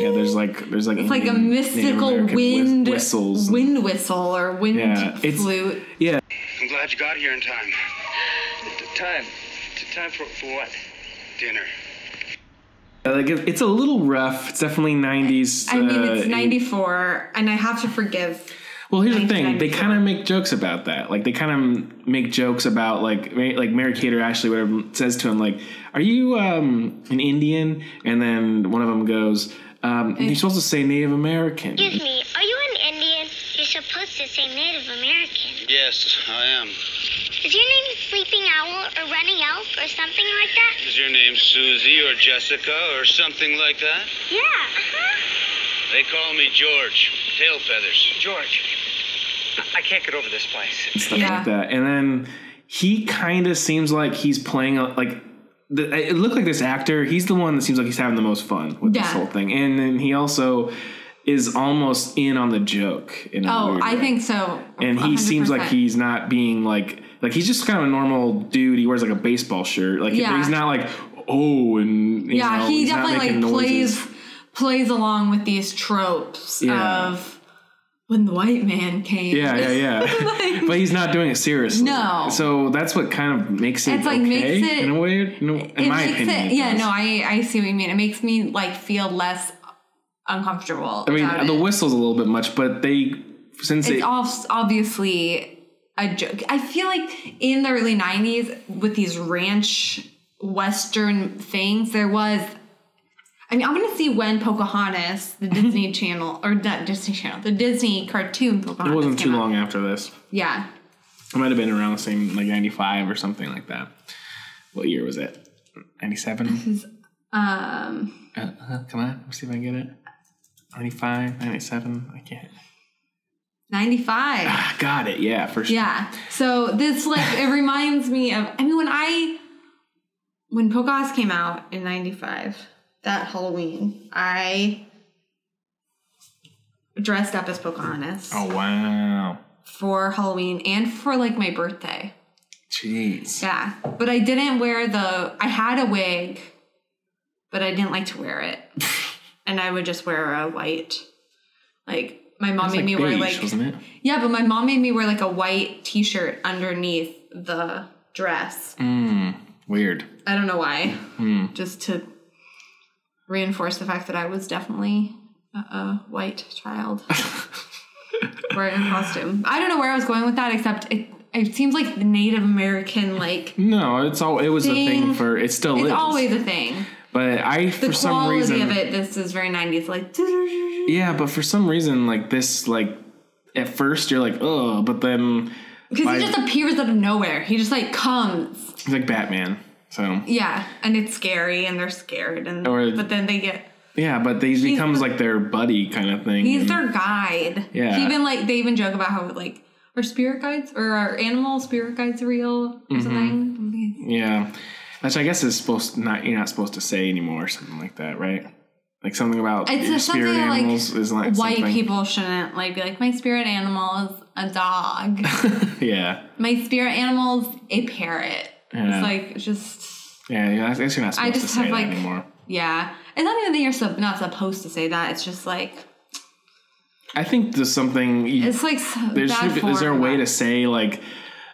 S3: Yeah, there's like there's like
S2: It's like a
S3: Indian- Native
S2: mystical
S3: American whis-
S2: wind
S3: whistles.
S2: wind whistle or wind
S3: Yeah, it's-
S2: flute.
S3: yeah,
S4: I'm glad you got here in time. Time? Time for, for what? Dinner.
S3: like it- it's a little rough. It's definitely 90s.
S2: I mean,
S3: uh,
S2: it's 94, and I have to forgive.
S3: Well, here's the thing: they
S2: 1994.
S3: kind of make jokes about that. Like they kind of make jokes about like Ma- like Mary Kate or Ashley whatever says to him like, "Are you um, an Indian?" And then one of them goes, um, "You're supposed to say Native American."
S5: Excuse me, are you an Indian? You're supposed to say Native American.
S4: Yes, I am.
S5: Is your name Sleeping Owl or Running Elk or something like that?
S4: Is your name Susie or Jessica or something like that?
S5: Yeah. Uh-huh.
S4: They call me George. Tail feathers. George. I can't get over this place.
S3: stuff
S2: Yeah.
S3: like that. And then he kind of seems like he's playing a, like the, it looked like this actor. He's the one that seems like he's having the most fun with this
S2: Yeah.
S3: whole thing. And then he also is almost in on the joke. In a
S2: Oh,
S3: weird
S2: I
S3: way.
S2: think so.
S3: and he seems like
S2: 100%.
S3: he's not being like like he's just kind of a normal dude. He wears like a baseball shirt. Like
S2: Yeah.
S3: he's not like oh and you
S2: Yeah,
S3: know,
S2: he
S3: he's not
S2: definitely like
S3: making noises.
S2: plays plays along with these tropes
S3: Yeah.
S2: of when the white man came.
S3: Yeah, yeah, yeah.
S2: Like-
S3: but he's not doing it seriously.
S2: No.
S3: So that's what kind of makes it
S2: It's like,
S3: okay
S2: makes it-
S3: in a way. In, a- in
S2: it
S3: my
S2: makes
S3: opinion, it
S2: it. yeah,
S3: does.
S2: no, I I see what you mean. It makes me like feel less uncomfortable.
S3: I mean
S2: about
S3: the
S2: it.
S3: whistle's a little bit much, but they since
S2: it's
S3: they
S2: obs- obviously a joke. I feel like in the early '90s with these ranch western things, there was. I mean, I'm gonna see when Pocahontas, the Disney Channel, or not Disney Channel, the Disney cartoon Pocahontas.
S3: it wasn't too
S2: came out.
S3: long after this.
S2: Yeah,
S3: It might have been around the same like ninety five or something like that. What year was it? Ninety seven.
S2: um,
S3: Uh, uh, come on, let's see if I can get it. 95, 97, I can't.
S2: '95.
S3: Ah, got it, yeah, for sure.
S2: Yeah. So this like it reminds me of I mean when I when Pocahontas came out in 95 that Halloween I dressed up as Pocahontas
S3: Oh, wow.
S2: for Halloween and for like my birthday.
S3: Jeez.
S2: Yeah. But I didn't wear the I had a wig but I didn't like to wear it. and I would just wear a white like my mom
S3: It's
S2: made
S3: like
S2: me
S3: beige,
S2: wear like
S3: wasn't it?
S2: yeah, but my mom made me wear like a white t-shirt underneath the dress.
S3: Mm, weird.
S2: I don't know why.
S3: Hmm.
S2: Just to reinforce the fact that I was definitely a, a white child wearing a costume. I don't know where I was going with that except it, it seems like the Native American like
S3: No, it's all. It was a thing
S2: Thing.
S3: for. It still
S2: it's
S3: is.
S2: always a thing.
S3: But I,
S2: The
S3: for some
S2: quality
S3: reason,
S2: of it this is very 90s like
S3: yeah. But for some reason, like this, like at first you're like, oh, but then
S2: because
S3: I-
S2: he just appears out of nowhere. He just like comes.
S3: it's like Batman. So
S2: Yeah, and it's scary and they're scared and
S3: Or-
S2: but then they get
S3: yeah, but these becomes
S2: the-
S3: like their buddy kind of thing.
S2: He's
S3: and-
S2: their guide.
S3: Yeah.
S2: He even like they even joke about how like are spirit guides or are animal spirit guides real
S3: Mm-hmm.
S2: or something.
S3: Yeah, which I guess is supposed not you're not supposed to say anymore or something like that, right? Like something about
S2: It's
S3: your
S2: just something
S3: spirit
S2: that, like,
S3: animals is like
S2: White
S3: something.
S2: people shouldn't like be like my spirit animal is a dog.
S3: Yeah,
S2: my spirit animal's a parrot.
S3: Yeah.
S2: It's like just
S3: yeah. yeah, I guess you're not
S2: I
S3: supposed to
S2: just
S3: say
S2: have,
S3: that
S2: like-
S3: anymore.
S2: yeah. It's not even that you're sub- not supposed to say that. It's just like
S3: I think there's something.
S2: It's like s-
S3: there's
S2: bad
S3: should be- is there a
S2: form.
S3: way to say like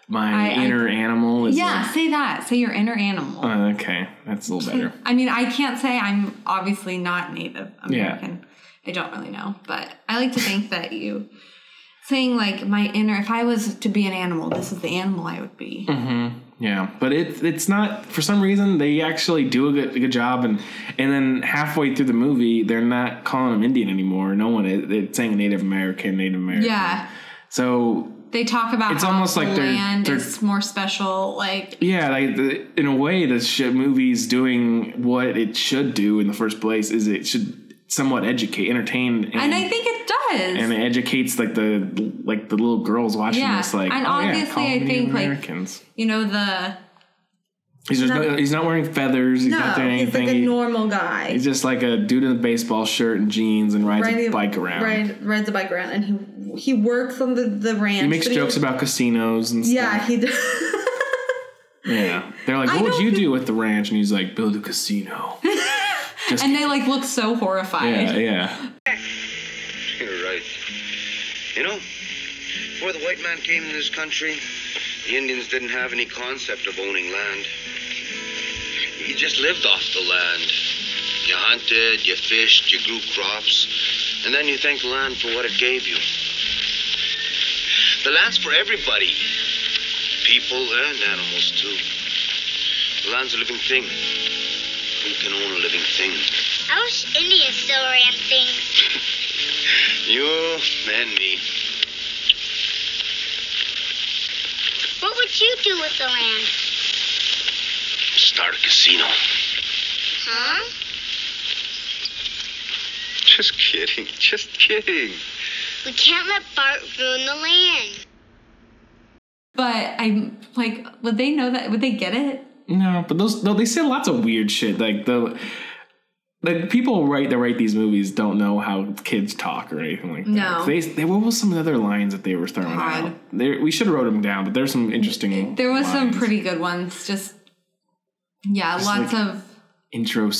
S3: my
S2: I- I-
S3: inner animal? Is
S2: Yeah, say that. Say your inner animal.
S3: like- Uh, okay, that's a little better.
S2: I mean, I can't say I'm obviously not Native
S3: Yeah.
S2: American. I don't really know, but I like to think that you saying like my inner. If I was to be an animal, this is the animal I would be.
S3: Mm-hmm. Yeah, but it it's not for some reason they actually do a good, a good job and and then halfway through the movie they're not calling him Indian anymore. No one is it's saying Native American, Native American.
S2: Yeah,
S3: So
S2: they talk about
S3: It's
S2: how
S3: almost like they're-
S2: land
S3: they're-
S2: is more special. Like
S3: yeah, like the, in a way, this sh- movie's doing what it should do in the first place. Is it should somewhat educate, entertain, and,
S2: and I think it does.
S3: and it educates like the like the little girls watching
S2: Yeah,
S3: this. Like,
S2: and
S3: oh, yeah,
S2: obviously
S3: call
S2: I
S3: them
S2: think, like,
S3: Americans.
S2: you know the
S3: He's just no, he's not wearing feathers. He's not doing anything. He-
S2: normal guy.
S3: He's just like a dude in a baseball shirt and jeans and rides a
S2: Riding-
S3: bike around.
S2: Ride, rides a bike around, and he he works on the the ranch.
S3: He makes
S2: but
S3: jokes about casinos and
S2: Yeah,
S3: stuff.
S2: he does.
S3: Yeah. They're like,
S2: I
S3: what would
S2: don't
S3: you
S2: think-
S3: do with the ranch? And he's like, build a casino. Just-
S2: and they like look so horrified.
S3: yeah, yeah.
S4: You're right. You know, before the white man came in this country, the Indians didn't have any concept of owning land. You just lived off the land. You hunted, you fished, you grew crops, and then you thanked the land for what it gave you. The land's for everybody people and animals, too. The land's a living thing. Who can own a living thing?
S5: I wish India still ran things.
S4: You and me.
S5: What would you do with the land?
S4: Start a casino.
S5: Huh?
S4: Just kidding. Just kidding.
S5: We can't let Bart ruin the land.
S2: But I'm like, would they know that? Would they get it?
S3: No, but those no, they say lots of weird shit. Like the like people write that write these movies don't know how kids talk or anything like that.
S2: No.
S3: They, they what was some of the other lines that they were throwing
S2: God.
S3: out? They, we should have wrote them down, but there's some interesting
S2: There was some
S3: lines.
S2: pretty good ones. Just yeah,
S3: Just
S2: lots
S3: like-
S2: of.
S3: intro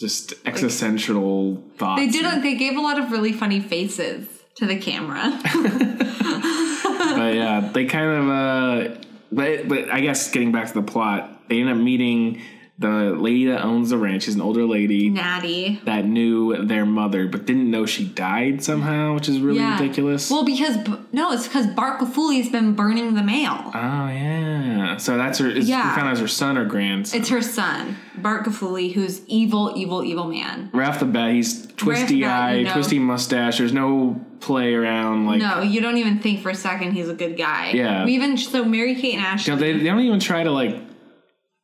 S3: just existential thoughts.
S2: They didn't. They gave a lot of really funny faces to the camera.
S3: but yeah, they kind of. Uh, but but I guess getting back to the plot, they end up meeting the lady that owns the ranch. She's an older lady
S2: Natty.
S3: that knew their mother, but didn't know she died somehow, which is really
S2: Yeah.
S3: ridiculous.
S2: Well, because B- no, it's because Bart Caffuli's been burning the mail.
S3: oh yeah, so that's her. Is,
S2: Yeah.
S3: we found out it's her son or grandson.
S2: It's her son, Bart Gaffuli, who's evil, evil, evil man.
S3: right off the bat, he's twisty
S2: bat,
S3: eye,
S2: you know.
S3: twisty mustache. There's no play around. Like
S2: No, you don't even think for a second he's a good guy.
S3: Yeah.
S2: We even so Mary Kate and Ashley.
S3: you know, they, they don't even try to like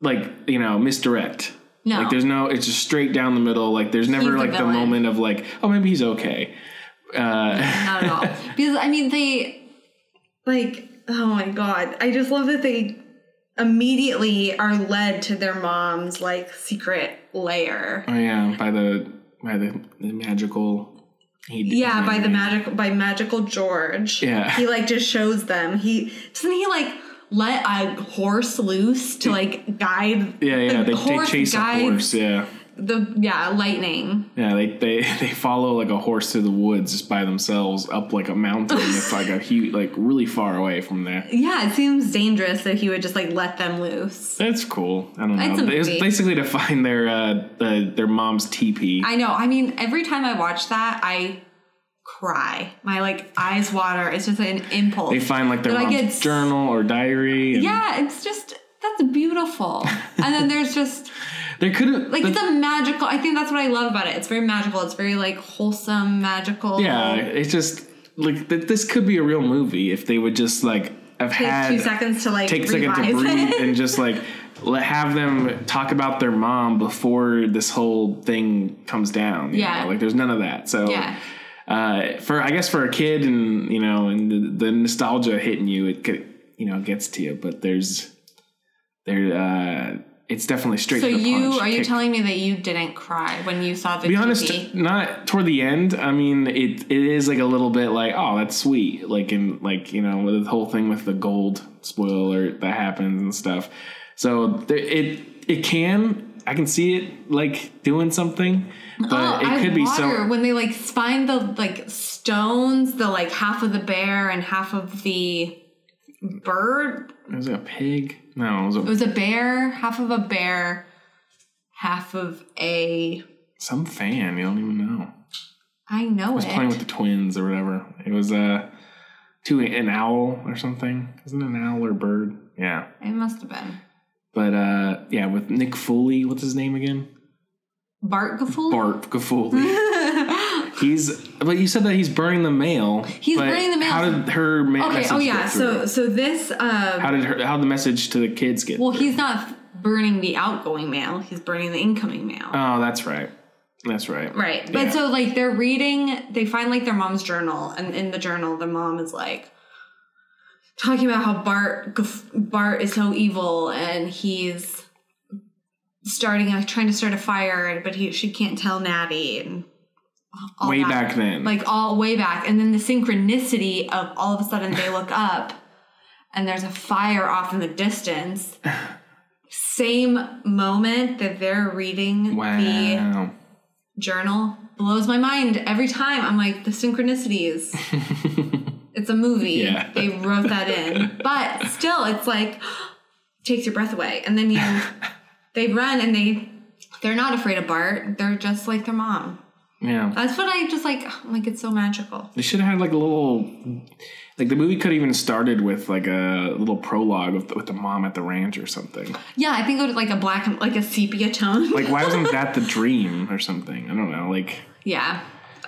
S3: like you know misdirect.
S2: No.
S3: Like there's no, it's just straight down the middle. Like there's never
S2: the
S3: like the
S2: villain.
S3: moment of like, oh, maybe he's okay. Uh,
S2: not at all. Because I mean, they like oh my god, I just love that they immediately are led to their mom's like secret lair.
S3: oh yeah, by the by the, the magical. He,
S2: Yeah, by the magic by magical George.
S3: Yeah.
S2: he like just shows them. He doesn't he like let a horse loose to like guide.
S3: Yeah, yeah,
S2: the
S3: they, they chase a
S2: guides
S3: horse. Yeah,
S2: The yeah lightning.
S3: yeah, they, they they follow like a horse through the woods just by themselves up like a mountain. that's like a huge, like really far away from there.
S2: Yeah, it seems dangerous that he would just like let them loose.
S3: That's cool. I don't
S2: It's a
S3: know. It's
S2: movie.
S3: basically to find their uh, the, their mom's teepee.
S2: I know. I mean, every time I watch that, I cry. My like eyes water. It's just an impulse.
S3: they find like their
S2: But I
S3: mom's
S2: get s-
S3: journal or diary. and
S2: Yeah, it's just that's beautiful. and then there's just
S3: they could have
S2: like it's a magical. I think that's what I love about it. It's very magical. It's very like wholesome, magical.
S3: Yeah, it's just like th- this could be a real movie if they would just like have
S2: Takes
S3: had
S2: two seconds to like
S3: take a second to
S2: revise
S3: breathe
S2: it.
S3: and just like let, have them talk about their mom before this whole thing comes down. you
S2: Yeah.
S3: know? like there's none of that. So
S2: Yeah.
S3: uh, for I guess for a kid and you know and the, the nostalgia hitting you, it could, you know gets to you. But there's there uh, it's definitely straight.
S2: So
S3: to the
S2: you
S3: punch,
S2: are you
S3: kick
S2: telling me that you didn't cry when you saw the
S3: be
S2: TV?
S3: honest, not toward the end. I mean, it it is like a little bit like, oh, that's sweet. Like in like you know the whole thing with the gold spoiler that happens and stuff. So there, it it can I can see it like doing something, but it
S2: Oh, I
S3: could be
S2: water
S3: so.
S2: when they like find the like stones, the like half of the bear and half of the bird.
S3: It was a pig. No, it was, a,
S2: It was a bear, half of a bear, half of a.
S3: some fan. You don't even know.
S2: I know
S3: I was
S2: it.
S3: playing with the twins or whatever. It was uh, to an owl or something. Isn't it an owl or bird? Yeah.
S2: it must have been
S3: But uh, yeah, with Nick Foley, what's his name again?
S2: Bart Gafful.
S3: Bart Foley. he's. But you said that he's burning the mail.
S2: He's
S3: but
S2: burning the mail.
S3: How did her ma-
S2: okay.
S3: message?
S2: Oh
S3: get
S2: yeah.
S3: through?
S2: So so this. Um,
S3: how did her, how did the message to the kids get?
S2: well,
S3: through?
S2: he's not burning the outgoing mail. He's burning the incoming mail.
S3: Oh, that's right. That's right.
S2: Right. But
S3: Yeah.
S2: so like they're reading, they find like their mom's journal, and in the journal, the mom is like talking about how Bart Gaf- Bart is so evil, and he's starting like trying to start a fire, but he she can't tell Natty, and all
S3: Way
S2: that.
S3: back then.
S2: like all way back, and then the synchronicity of all of a sudden they look up, and there's a fire off in the distance. Same moment that they're reading
S3: wow.
S2: the journal blows my mind every time. I'm like, the synchronicities. it's a movie.
S3: Yeah.
S2: They wrote that in. But still, it's like takes your breath away. And then you they run and they they're not afraid of Bart. They're just like their mom.
S3: yeah.
S2: That's what I just like I'm like it's so magical.
S3: They should have had like a little, like the movie could have even started with like a little prologue with, with the mom at the ranch or something.
S2: Yeah, I think it would like a black and like a sepia tone.
S3: Like, why wasn't that the dream or something? I don't know. Like,
S2: yeah.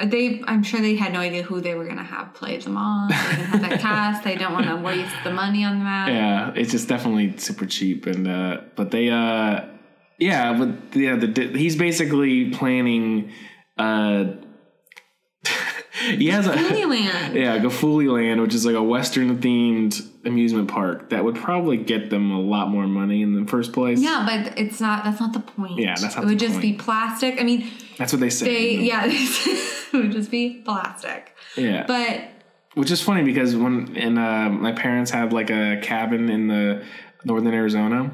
S2: They I'm sure they had no idea who they were gonna have play the mom. They didn't have that cast. They don't wanna waste the money on that.
S3: yeah, it's just definitely super cheap. And uh, but they, uh, yeah, but yeah, the di- he's basically planning. Uh, he has a
S2: Disneyland.
S3: Yeah, Gafuli Land, which is like a Western themed amusement park, that would probably get them a lot more money in the first place.
S2: Yeah, but it's not. That's not the point.
S3: Yeah, that's not
S2: It would
S3: the
S2: just be plastic. I mean,
S3: That's what they say.
S2: they yeah, it would just be plastic.
S3: Yeah.
S2: But
S3: which is funny because when and uh, my parents had like a cabin in the northern Arizona,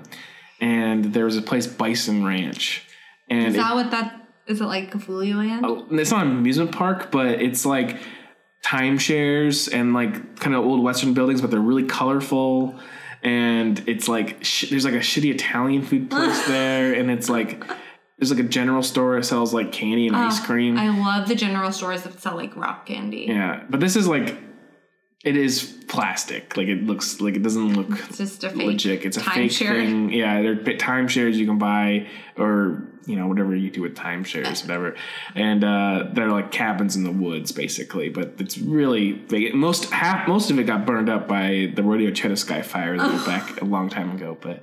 S3: and there was a place Bison Ranch, and
S2: is
S3: it-
S2: that what that is? It like Cthulhu Land?
S3: oh, it's not an amusement park, but it's like timeshares and like kind of old Western buildings, but they're really colorful. And it's like sh- there's like a shitty Italian food place there, and it's like there's like a general store that sells like candy and ice
S2: Oh,
S3: cream.
S2: I love the general stores that sell like rock candy.
S3: mm. yeah, but this is like it is plastic. Like it looks like it doesn't look
S2: It's just a fake
S3: legit. It's a fake
S2: timeshare.
S3: thing. Yeah, they're bit- timeshares you can buy or you know whatever you do with timeshares, whatever. And uh, they're like cabins in the woods, basically. But it's really big. Most half most of it got burned up by the rodeo Sky fire that was back a long time ago. But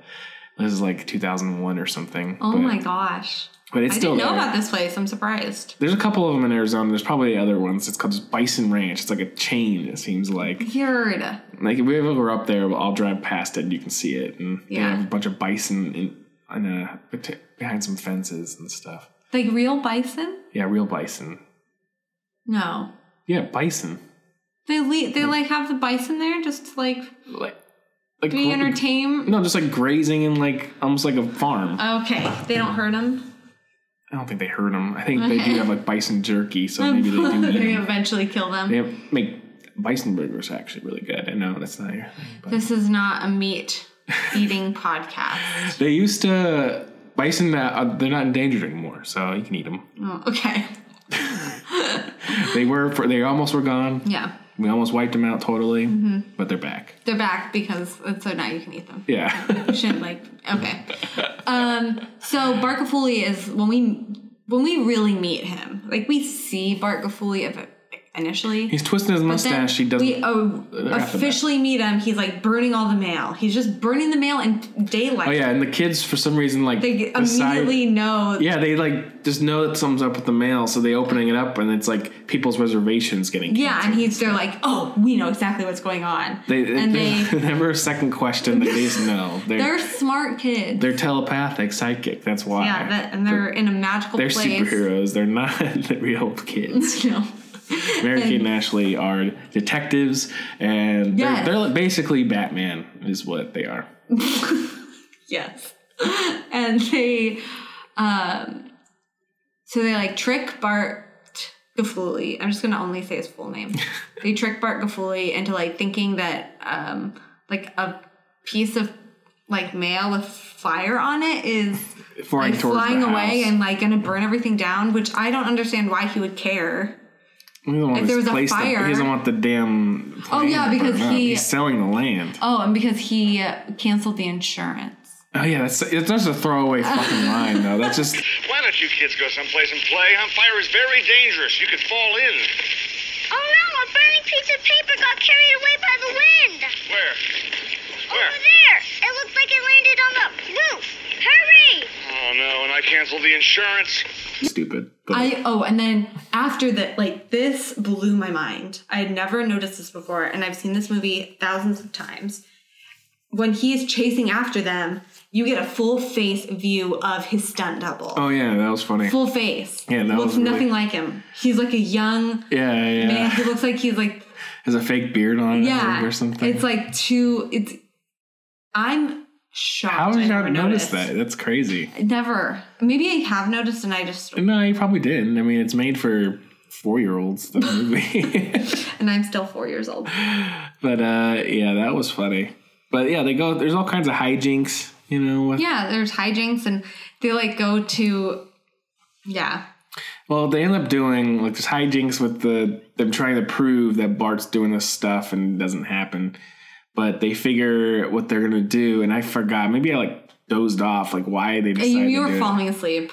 S3: this is like 2001 or something.
S2: Oh
S3: but,
S2: my gosh!
S3: But it's
S2: I
S3: still
S2: didn't know
S3: there.
S2: about this place. I'm surprised.
S3: There's a couple of them in Arizona. There's probably other ones. It's called just Bison Ranch. It's like a chain. It seems like
S2: Weird.
S3: like if we ever were up there, I'll drive past it and you can see it, and
S2: Yeah.
S3: they have a bunch of bison in, in a, behind some fences and stuff.
S2: Like real bison?
S3: Yeah, real bison.
S2: No.
S3: Yeah, bison.
S2: They le-
S3: Mm.
S2: they like have the bison there just to like
S3: Like, like
S2: be entertained.
S3: No, just like grazing in like almost like a farm.
S2: Okay, they don't hurt them.
S3: I don't think they hurt them. I think they
S2: Okay.
S3: do have like bison jerky, so maybe they do.
S2: They're
S3: eat 'em.
S2: gonna eventually kill them.
S3: They have, make bison burgers actually really good. I know that's not your thing, but
S2: This is not a meat eating podcast.
S3: they used to bison. Uh, they're not endangered anymore, so you can eat them.
S2: Oh, okay.
S3: They were they almost were gone.
S2: Yeah.
S3: We almost wiped them out totally,
S2: Mm-hmm.
S3: but they're back.
S2: They're back because so now you can eat them.
S3: Yeah.
S2: You shouldn't like okay. Um so Barkafuli is when we when we really meet him, like we see Barkafuli of initially.
S3: He's twisting his
S2: But then
S3: mustache. He doesn't.
S2: We oh,
S3: that.
S2: officially meet him. He's like burning all the mail. He's just burning the mail in daylight.
S3: oh, yeah. And the kids, for some reason, like.
S2: They
S3: decide-
S2: immediately know
S3: yeah, they like just know that something's up with the mail, so they opening it up, and it's like people's reservations getting.
S2: Yeah,
S3: canceled.
S2: and he's they're like, oh, we know exactly what's going on,
S3: They, they,
S2: and they
S3: there's never a second question. They just know. They're,
S2: they're
S3: they're,
S2: smart kids.
S3: telepathic, psychic. That's why.
S2: yeah, that, and they're in a magical
S3: they're
S2: place.
S3: superheroes. They're not the real kids.
S2: No.
S3: Mary Kate and Ashley are detectives, and
S2: Yes.
S3: they're, they're basically Batman, is what they are.
S2: Yes, and they Um, so they like trick Bart Gafuli. I'm just gonna only say his full name. they trick Bart Gafuli into like thinking that um, like a piece of like mail with fire on it is
S3: Flying
S2: like,
S3: towards
S2: flying
S3: the
S2: away
S3: house.
S2: and like gonna burn everything down, which I don't understand why he would care.
S3: He doesn't want
S2: if there
S3: this
S2: was a
S3: place to-
S2: fire-
S3: he doesn't want the damn.
S2: Oh,
S3: land
S2: yeah,
S3: to burn
S2: because
S3: up.
S2: he-
S3: he's selling the land.
S2: Oh, and because he uh, canceled the insurance.
S3: Oh yeah, that's it's just a throwaway fucking line though. That's just
S4: Why don't you kids go someplace and play? Huh? Fire is very dangerous. You could fall in.
S5: Oh no, a burning piece of paper got carried away by the wind.
S4: Where? Where?
S5: Over there. It looked like it landed on the roof. Hurry!
S4: Oh no, and I canceled the insurance.
S3: stupid. But
S2: I oh, and then after that, like this blew my mind. I had never noticed this before, and I've seen this movie thousands of times. When he is chasing after them, you get a full face view of his stunt double.
S3: oh yeah, that was funny.
S2: Full face.
S3: Yeah, that
S2: looks
S3: was really-
S2: nothing like him. He's like a young
S3: yeah, yeah.
S2: man. He looks like he's like
S3: Has a fake beard on it, I
S2: yeah
S3: think, or something.
S2: It's like too. It's. I'm shocked.
S3: How did
S2: I
S3: you
S2: never
S3: not notice
S2: noticed.
S3: that? That's crazy.
S2: Never. Maybe I have noticed, and I just
S3: No, you probably didn't. I mean, it's made for four year olds. The movie.
S2: and I'm still four years old.
S3: but uh, yeah, that was funny. But yeah, they go. There's all kinds of hijinks. You know, with
S2: Yeah, there's hijinks and they like go to yeah.
S3: Well, they end up doing like there's hijinks with the them trying to prove that Bart's doing this stuff and it doesn't happen. But they figure what they're gonna do, and I forgot. Maybe I like dozed off, like why they decided.
S2: you, you
S3: to
S2: were
S3: do it.
S2: falling asleep.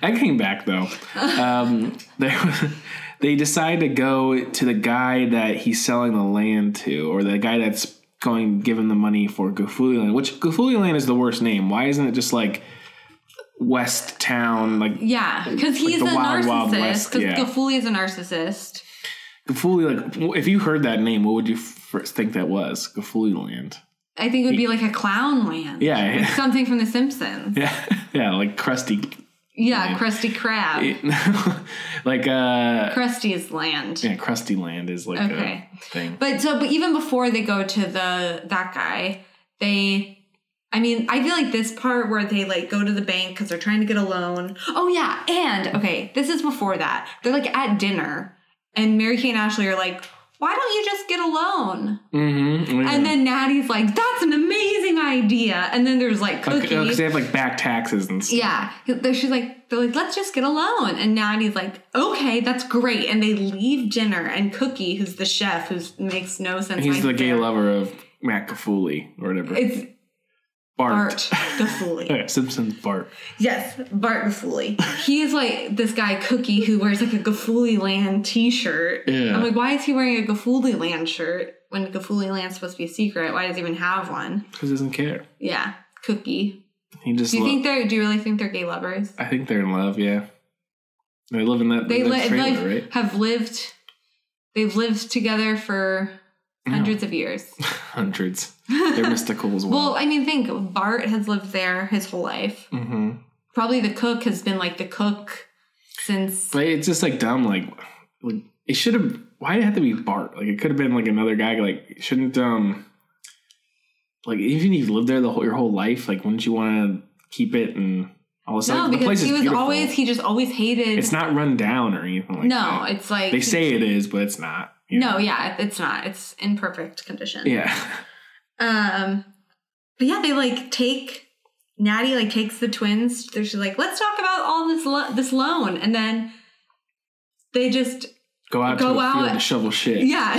S3: I came back though. Um, they they decide to go to the guy that he's selling the land to, or the guy that's going giving the money for Gufuli Land. Which Gufuli Land is the worst name. Why isn't it just like West Town? Like
S2: Yeah, because he's
S3: the
S2: a
S3: Wild Wild
S2: narcissist.
S3: West,
S2: Because
S3: yeah.
S2: Gafuli is a narcissist.
S3: Gafuli, like if you heard that name, what would you first think that was? Gafuli Land.
S2: I think it would be like a clown land.
S3: Yeah,
S2: Like
S3: yeah.
S2: something from The Simpsons. Yeah,
S3: Yeah, yeah, like crusty,
S2: Krusty Krab.
S3: like uh,
S2: Krusty's land.
S3: yeah, crusty land is like
S2: Okay.
S3: a thing.
S2: But so, but even before they go to the that guy, they. I mean, I feel like this part where they like go to the bank because they're trying to get a loan. Oh yeah, and okay, this is before that. They're like at dinner, and Mary Kay and Ashley are like, "Why don't you just get a loan?"
S3: mm-hmm.
S2: And then Natty's like, "That's an amazing idea." And then there's like cookies.
S3: because they have like back taxes and stuff.
S2: Yeah, They're- she's like, they're like, let's just get a loan. And Natty's like, okay, that's great. And they leave dinner, and Cookie, who's the chef, who makes no sense.
S3: He's the
S2: why
S3: gay
S2: there,
S3: lover of Matt Gafuli or whatever.
S2: It's Bart
S3: Bart.
S2: Gafuli.
S3: Okay, Simpsons Bart.
S2: yes, Bart Gafuli. He is like this guy Cookie who wears like a Gafuli Land T-shirt.
S3: Yeah.
S2: I'm like, why is he wearing a Gafuli Land shirt when Gafuli Land's supposed to be a secret? Why does he even have one?
S3: Because he doesn't care.
S2: Yeah, Cookie.
S3: He just.
S2: Do you
S3: lo-
S2: think they're? Do you really think they're gay lovers?
S3: I think they're in love. Yeah, they live in that.
S2: they
S3: that
S2: li-
S3: trailer,
S2: like,
S3: right?
S2: have lived they've lived together for
S3: Yeah.
S2: hundreds of years
S3: Hundreds. They're mystical as well.
S2: well i mean think bart has lived there his whole life
S3: mm-hmm.
S2: probably the cook has been like the cook since
S3: But it's just like dumb. Like, like it should have. Why did it have to be Bart? Like, it could have been like another guy. Like, shouldn't um, like even if you lived there the whole your whole life, like, wouldn't you want to keep it and all this?
S2: no
S3: like, the
S2: because
S3: place
S2: he
S3: is
S2: was
S3: beautiful.
S2: always he just always hated
S3: It's not run down or anything like
S2: no
S3: that.
S2: it's like
S3: they say it is, but it's not. you
S2: no
S3: know?
S2: yeah it's not it's in perfect condition
S3: Yeah.
S2: um but yeah they like take natty like takes the twins they're just like let's talk about all this lo- this loan and then they just
S3: Go out
S2: Go
S3: to a
S2: out-
S3: field and shovel shit.
S2: Yeah.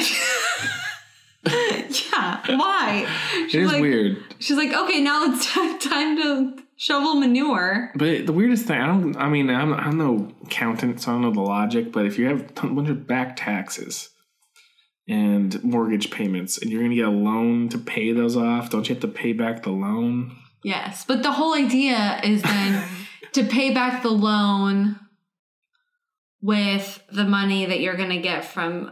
S2: yeah. Why?
S3: It
S2: She's
S3: is
S2: like,
S3: weird,
S2: She's like, okay, now it's ti- time to shovel manure.
S3: but the weirdest thing I don't. I mean, I'm I'm no accountant, so I don't know the logic. But if you have a bunch of back taxes, and mortgage payments and you're going to get a loan to pay those off don't you have to pay back the loan
S2: Yes, but the whole idea is then to pay back the loan with the money that you're gonna get from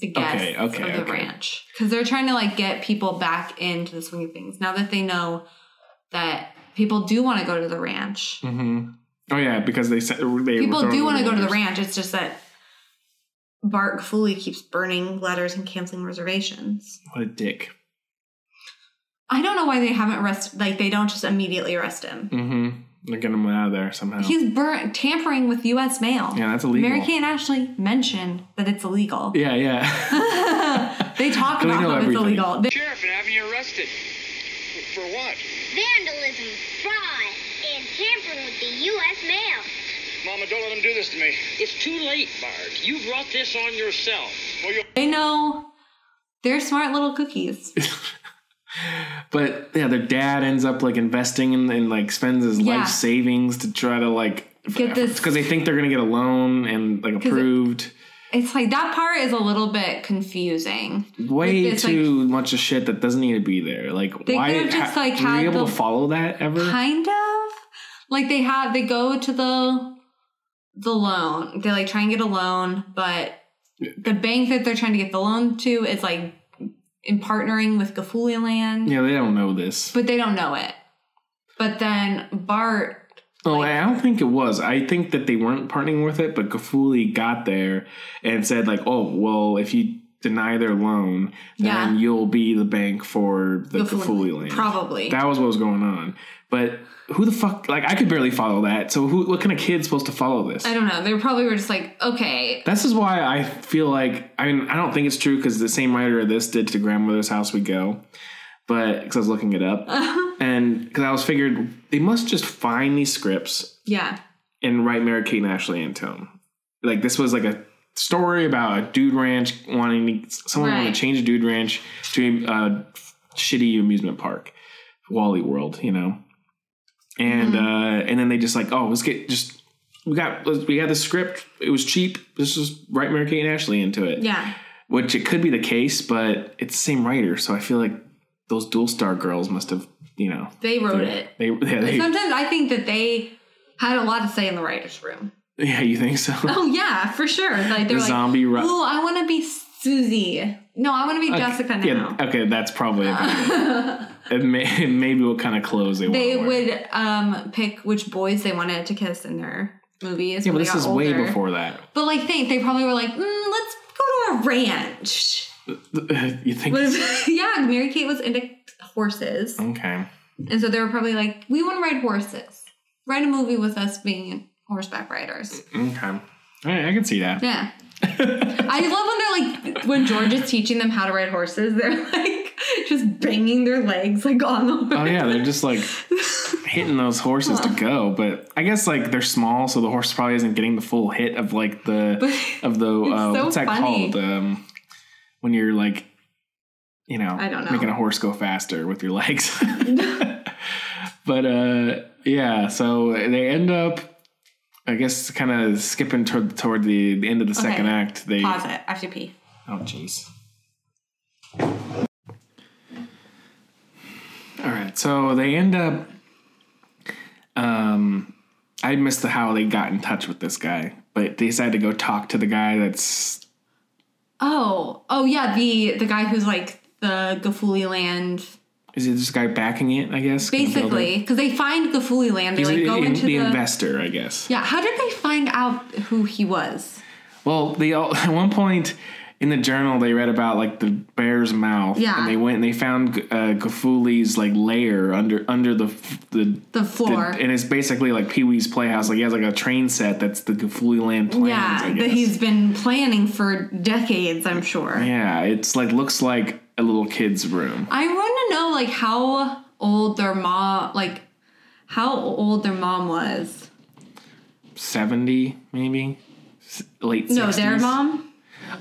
S2: the guests
S3: Okay, okay,
S2: of the
S3: okay.
S2: ranch because they're trying to like get people back into the swing of things now that they know that people do want to go to the ranch.
S3: mm-hmm. oh yeah because they said they
S2: People
S3: were
S2: do
S3: throwing
S2: want to go to the
S3: orders.
S2: ranch. It's just that Bart Foley keeps burning letters and canceling reservations.
S3: what a dick
S2: I don't know why they haven't arrested. Like they don't just immediately arrest him.
S3: mm-hmm They're getting him out of there somehow.
S2: He's bur- tampering with U.S. mail.
S3: Oh. Yeah, that's illegal.
S2: Mary Kay and Ashley mention that it's illegal.
S3: yeah, yeah.
S2: they talk
S3: They
S2: about
S3: know
S2: how it's
S3: everything.
S2: illegal. They-
S6: Sheriff and having you arrested.
S4: For what?
S5: Vandalism, fraud, and tampering with the U.S. mail.
S4: Mama, don't let him do this to me.
S6: It's too late, Bard. You brought this on yourself.
S2: they know they're smart little cookies.
S3: but yeah, their dad ends up like investing in, and like spends his
S2: Yeah.
S3: life savings to try to like
S2: Get this-
S3: because they think they're gonna get a loan and like approved.
S2: It's like that part is a little bit confusing.
S3: Way
S2: like this,
S3: too much of shit that doesn't need to be there. Like
S2: They
S3: why
S2: could've just, like,
S3: were
S2: had
S3: you able
S2: the-
S3: to follow that ever?
S2: Kind of like they have they go to the the loan. They like try and get a loan, but the bank that they're trying to get the loan to is like in partnering with Gafulia Land,
S3: yeah, they don't know this.
S2: but they don't know it. But then Bart
S3: Oh, I don't think it was. I think that they weren't partnering with it, but Gafuli got there and said like, "Oh, well, if you deny their loan, then
S2: Yeah.
S3: you'll be the bank for the Gafuli land."
S2: Probably.
S3: That was what was going on. But who the fuck? Like, I could barely follow that. So, who? What kind of kid's supposed to follow this?
S2: I don't know. They probably were just like, okay,
S3: This is why I feel like I mean I don't think it's true because the same writer of this did to grandmother's house we go, but because I was looking it up and because I was figured they must just find these scripts
S2: yeah,
S3: and write Mary Kate and Ashley Antone. Like this was like a story about a dude ranch wanting to, someone wanted
S2: Right.
S3: to change a dude ranch to a uh, shitty amusement park, Wally World, you know. And
S2: Mm-hmm.
S3: uh, and then they just like oh let's get just we got let's- we got the script it was cheap let's just write Mary Kate and Ashley into it
S2: yeah.
S3: which it could be the case but it's the same writer so I feel like those Dual Star girls must have you know
S2: They wrote it.
S3: they, yeah, they
S2: Sometimes I think that they had a lot to say in the writers' room.
S3: yeah you think so
S2: Oh yeah, for sure. Like
S3: The
S2: they're like,
S3: zombie ru-
S2: Ooh, I want to be Susie. No, I want to be Jessica now.
S3: Yeah, okay, that's probably about it. it, may, it may be what kind of clothes they,
S2: They
S3: want. to wear.
S2: would um pick which boys they wanted to kiss in their movies.
S3: Yeah, but
S2: when they
S3: this
S2: got
S3: is way
S2: older.
S3: before that.
S2: But like, think they probably were like, mm, let's go to a ranch.
S3: you think?
S2: What if- yeah, Mary Kate was into horses.
S3: okay.
S2: And so they were probably like, we want to ride horses. Write a movie with us being horseback riders.
S3: Okay. All right, I can see that.
S2: Yeah. I love when they're like, when George is teaching them how to ride horses, they're like just banging their legs like on the
S3: Oh yeah, they're just like hitting those horses to go, but I guess like they're small, so the horse probably isn't getting the full hit of like the of the uh,
S2: so
S3: what's that
S2: funny.
S3: called um, when you're like you know
S2: I don't know.
S3: making a horse go faster with your legs. but uh, yeah, so they end up. I guess kind of skipping toward, toward the, the end of the second
S2: Okay.
S3: act. They
S2: Pause it. I have to pee.
S3: Oh, jeez. All right, so they end up. Um, I missed the how they got in touch with this guy, but they decided to go talk to the guy that's
S2: Oh, oh yeah, the the guy who's like the Gafuli land,
S3: is it this guy backing it? I guess
S2: basically, because they find Gafuli land. They
S3: He's
S2: like
S3: the,
S2: go
S3: in-
S2: into
S3: the
S2: the.
S3: investor, I guess.
S2: yeah, how did they find out who he was?
S3: Well, they all, at one point in the journal they read about like the bear's mouth,
S2: Yeah.
S3: and they went and they found uh, Gafuli's like lair under under the the
S2: The floor.
S3: and it's basically like Pee Wee's Playhouse. Like he has like a train set that's the Gafuli Land plans. I
S2: yeah,
S3: guess.
S2: that he's been planning for decades, I'm sure.
S3: yeah, it's like looks like a little kid's room.
S2: I want to know like how old their mom, like how old their mom was.
S3: Seventy maybe, S- late.
S2: No,
S3: 60s.
S2: their mom,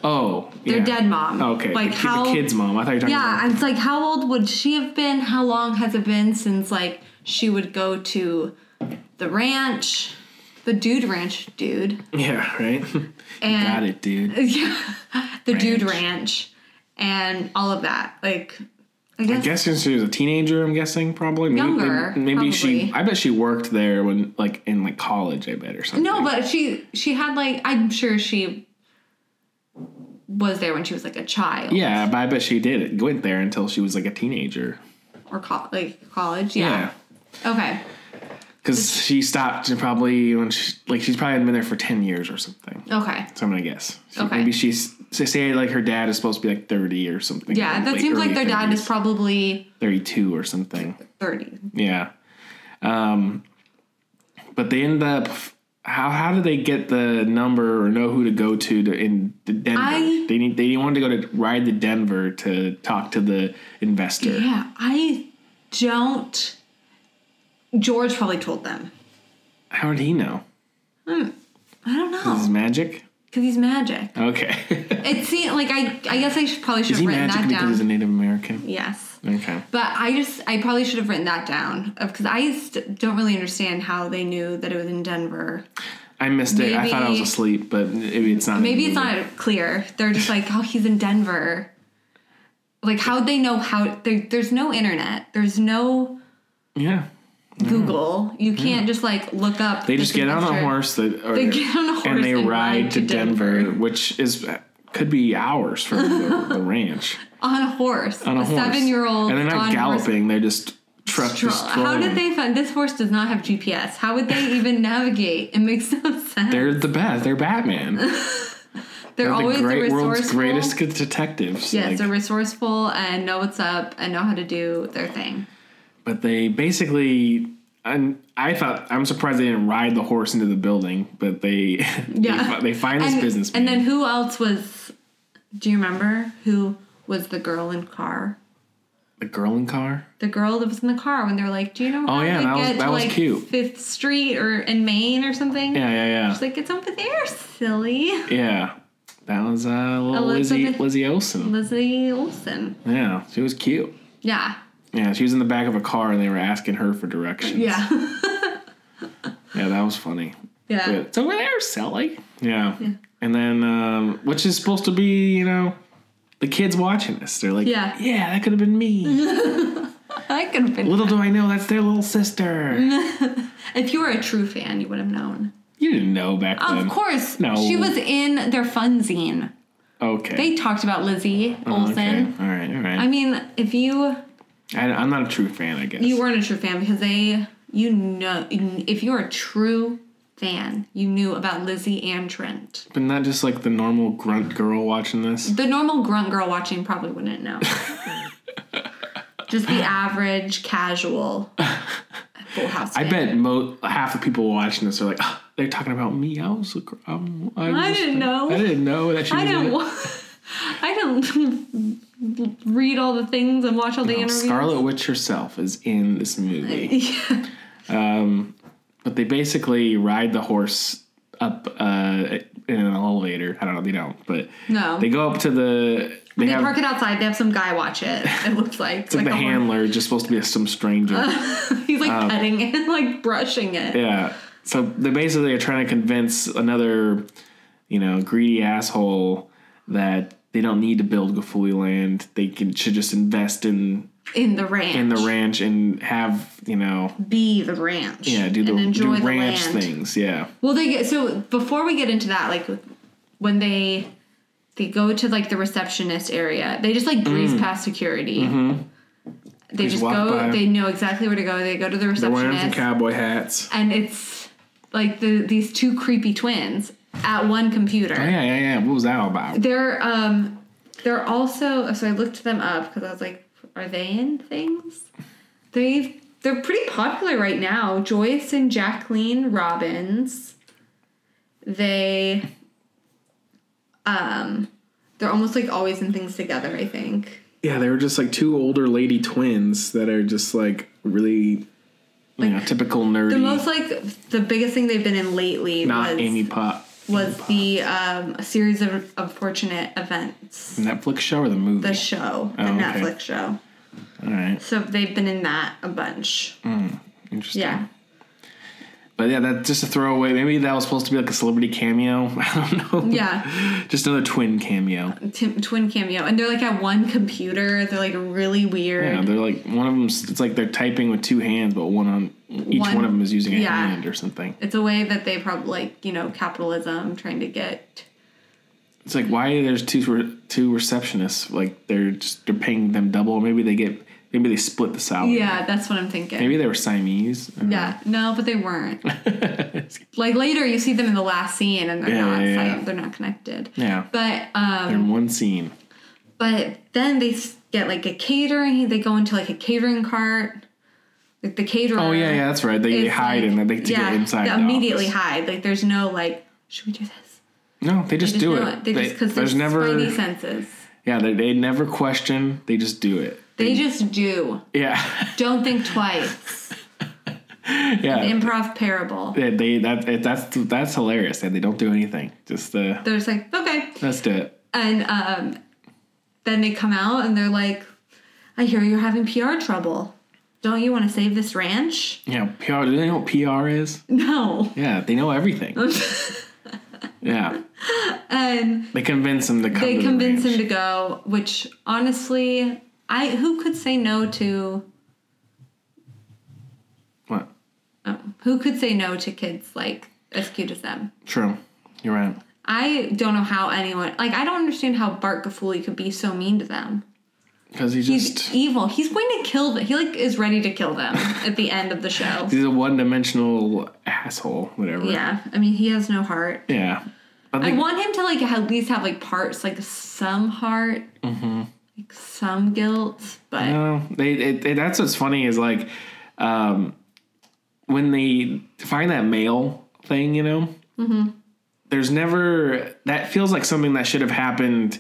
S3: Oh,
S2: their
S3: yeah. Oh,
S2: dead mom.
S3: Okay,
S2: like
S3: the, kid-
S2: how
S3: the kid's mom. I thought you were talking
S2: Yeah,
S3: about.
S2: it's like how old would she have been? How long has it been since like she would go to the ranch, the dude ranch, dude,
S3: Yeah, right.
S2: and
S3: Got it, dude.
S2: yeah, the dude
S3: Ranch.
S2: ranch, and all of that. Like, I
S3: I
S2: guess,
S3: guess since she was a teenager, I'm guessing probably maybe,
S2: Younger,
S3: Maybe, maybe she.
S2: probably.
S3: I bet she worked there when like in like college. I bet or something.
S2: no, but she she had like I'm sure she was there when she was like a child.
S3: yeah, but I bet she did it. Went there until she was like a teenager.
S2: or co- like college.
S3: Yeah,
S2: Yeah. Okay.
S3: because she stopped probably when she like she's probably been there for ten years or something.
S2: Okay.
S3: So I'm gonna guess. So
S2: Okay.
S3: Maybe she's so say like her dad is supposed to be like thirty or something.
S2: Yeah, that
S3: late-
S2: seems like
S3: early
S2: their dad is
S3: 30s,
S2: probably
S3: thirty-two or something.
S2: 30.
S3: Yeah. Um, But they end up. How how did they get the number or know who to go to, to in the Denver?
S2: I-
S3: they need, they wanted to go to ride to Denver to talk to the investor.
S2: Yeah, I don't. George probably told them.
S3: How did he know?
S2: I don't
S3: This is
S2: know
S3: magic.
S2: because he's magic.
S3: Okay,
S2: It seemed like I. I guess I should, probably should
S3: is he
S2: have written
S3: magic
S2: that
S3: because
S2: down.
S3: he's a Native American?
S2: yes,
S3: Okay,
S2: but I just I probably should have written that down because I st- don't really understand how they knew that it was in Denver.
S3: I missed it. I thought I was
S2: Maybe-
S3: asleep, but maybe it's not. in
S2: Maybe
S3: the
S2: it's
S3: movie.
S2: not clear. They're just like, oh, he's in Denver. Like, how'd they know how? There, there's no internet. There's no
S3: Yeah,
S2: Google. You can't just like look up.
S3: Mm-hmm. they
S2: this
S3: just get on a
S2: investor.
S3: horse that, or,
S2: They get on a horse
S3: and they
S2: and
S3: ride to Denver, which is could be hours from the, the ranch
S2: on a horse.
S3: on a, horse.
S2: seven year old.
S3: and they're not galloping; they're just truck just
S2: How did
S3: strolling.
S2: they find this horse? Does not have GPS. How would they even navigate? It makes no sense. They're,
S3: They're the best. They're Batman. They're the
S2: always the,
S3: great
S2: resourceful.
S3: world's greatest detectives.
S2: Yes,
S3: Like,
S2: they're resourceful and know what's up and know how to do their thing.
S3: but they basically and I thought I'm surprised they didn't ride the horse into the building, but they
S2: Yeah.
S3: they, fi- they find this
S2: and,
S3: business
S2: and then who else was? Do you remember who was the girl in car?
S3: the girl in car.
S2: The girl that was in the car when they're like, "Do you know how
S3: Oh, yeah,
S2: to
S3: that was-
S2: get
S3: that
S2: to
S3: was
S2: like
S3: cute.
S2: Fifth Street or in Maine or something?"
S3: Yeah, yeah, yeah,
S2: She's like, "It's over there, silly."
S3: yeah. That was uh, little Lizzie
S2: Elizabeth-
S3: Lizzie Olsen.
S2: Lizzie Olson.
S3: Yeah, she was cute.
S2: Yeah.
S3: Yeah, she was in the back of a car and they were asking her for directions.
S2: Yeah.
S3: yeah, that was funny.
S2: yeah.
S3: But it's over there, Sally. Yeah. And then, um, which is supposed to be, you know, the kids watching this. They're like,
S2: Yeah.
S3: yeah, that could have been me.
S2: I could have been.
S3: little do I know, that's their little sister.
S2: if you were a true fan, you would have known.
S3: you didn't know back
S2: Of
S3: then.
S2: course.
S3: No.
S2: She was in their funzine.
S3: Okay.
S2: They talked about Lizzie
S3: Oh,
S2: Olson.
S3: okay. All right, all right.
S2: I mean, if you
S3: I, I'm not a true fan, I guess.
S2: you weren't a true fan because they you know if you're a true fan, you knew about Lizzie and Trent.
S3: But not just like the normal grunt girl watching this.
S2: The normal grunt girl watching probably wouldn't know. Just the average casual full house.
S3: I
S2: fan.
S3: bet mo- half the people watching this are like, "Ah, they're talking about me. I was, a gr- um, I,
S2: I
S3: was-
S2: didn't know.
S3: I didn't know that she
S2: I
S3: was in
S2: don't.
S3: it."
S2: wa- I don't read all the things and watch all the
S3: Oh,
S2: interviews.
S3: Scarlet Witch herself is in this movie. But they basically ride the horse up uh, in an elevator. I don't know, they don't, but
S2: No.
S3: they go up to the. They,
S2: They
S3: have
S2: park it outside. They have some guy watch it. It looks like
S3: it's like the
S2: a horn.
S3: handler, just supposed to be some stranger.
S2: He's like petting it, like brushing it.
S3: yeah. So they basically are trying to convince another, you know, greedy asshole that they don't need to build Gafuli land. They can should just invest in
S2: in the ranch.
S3: in the ranch and have you know
S2: Be the ranch.
S3: yeah do the
S2: and enjoy
S3: do
S2: the
S3: ranch
S2: land.
S3: things yeah
S2: Well, they get so before we get into that, like when they they go to like the receptionist area, they just like breeze past security. They
S3: Mm. Mm-hmm. just
S2: just
S3: walk
S2: go.
S3: by.
S2: They know exactly where to go. They go to the
S3: they're wearing some
S2: receptionist,
S3: cowboy hats.
S2: and it's like the these two creepy twins at one computer.
S3: Oh, yeah, yeah, yeah. What was that all about?
S2: They're um they're also oh, so I looked them up because I was like, are they in things? They they're pretty popular right now. Joyce and Jacqueline Robbins. They um they're almost like always in things together, I think.
S3: Yeah, they were just like two older lady twins that are just like really, you know, typical nerdy.
S2: The most like the biggest thing they've been in lately
S3: not
S2: was
S3: Amy Pop.
S2: was the um a series of unfortunate events.
S3: Netflix show or the movie?
S2: The show, the
S3: Oh, okay.
S2: Netflix show.
S3: all right,
S2: So they've been in that a bunch.
S3: interesting.
S2: Yeah.
S3: But yeah, that's just a throwaway. Maybe that was supposed to be like a celebrity cameo. I don't know.
S2: Yeah. Uh,
S3: Just another twin cameo.
S2: Tim, twin cameo. And they're like at one computer. They're like really
S3: Yeah,
S2: weird.
S3: they're like one of them. It's like they're typing with two hands, but one on each one,
S2: One-
S3: of them is using a
S2: yeah.
S3: hand or something.
S2: it's a way that they probably like, you know, capitalism trying to get.
S3: It's like why there's two re- two receptionists. Like they're just they're paying them double. Maybe they get maybe they split the salary.
S2: Yeah, that's what I'm thinking.
S3: Maybe they were Siamese. I don't
S2: Yeah. No, but they weren't.
S3: know.
S2: like later you see them in the last scene and they're
S3: Yeah,
S2: not
S3: yeah,
S2: sci-
S3: yeah.
S2: they're not connected.
S3: yeah.
S2: But um
S3: in one scene.
S2: but then they s- get like a catering, they go into like a catering cart. Like the caterer.
S3: Oh yeah, yeah, that's right. They, they
S2: is,
S3: hide
S2: like-
S3: and then they to
S2: yeah,
S3: get inside.
S2: they
S3: the
S2: immediately
S3: office.
S2: hide. Like there's no like, should we do this?
S3: No, they
S2: They
S3: just, do
S2: know
S3: it.
S2: They, just because
S3: there's never
S2: spidey senses.
S3: yeah. They, they never question. They just do it.
S2: They just do.
S3: Yeah,
S2: Don't think twice. The
S3: yeah.
S2: improv parable.
S3: They, they that it, that's that's hilarious that they don't do anything. Just uh,
S2: They're just like, okay.
S3: let's do it.
S2: And um, then they come out and they're like, I hear you're having PR trouble. Don't you want to save this ranch?
S3: Yeah, PR. Do they know what PR is?
S2: No.
S3: Yeah, they know everything. yeah,
S2: And
S3: they convince him to come.
S2: they
S3: to
S2: convince
S3: the
S2: him
S3: ranch.
S2: to go, which honestly, I who could say no to
S3: What?
S2: oh, who could say no to kids like as cute as them?
S3: True. You're right.
S2: I don't know how anyone like I don't understand how Bart Gafuli could be so mean to them.
S3: Because he
S2: He's
S3: just
S2: evil. He's going to kill them. He like is ready to kill them at the end of the show.
S3: He's a one dimensional asshole, whatever.
S2: Yeah, I mean he has no heart.
S3: Yeah. I
S2: I
S3: think
S2: want him to like at least have like parts, like some heart,
S3: Mm-hmm.
S2: like some guilt, but
S3: no, they, it, it- that's what's funny is like um, when they find that male thing, you know,
S2: Mm-hmm.
S3: there's never that feels like something that should have happened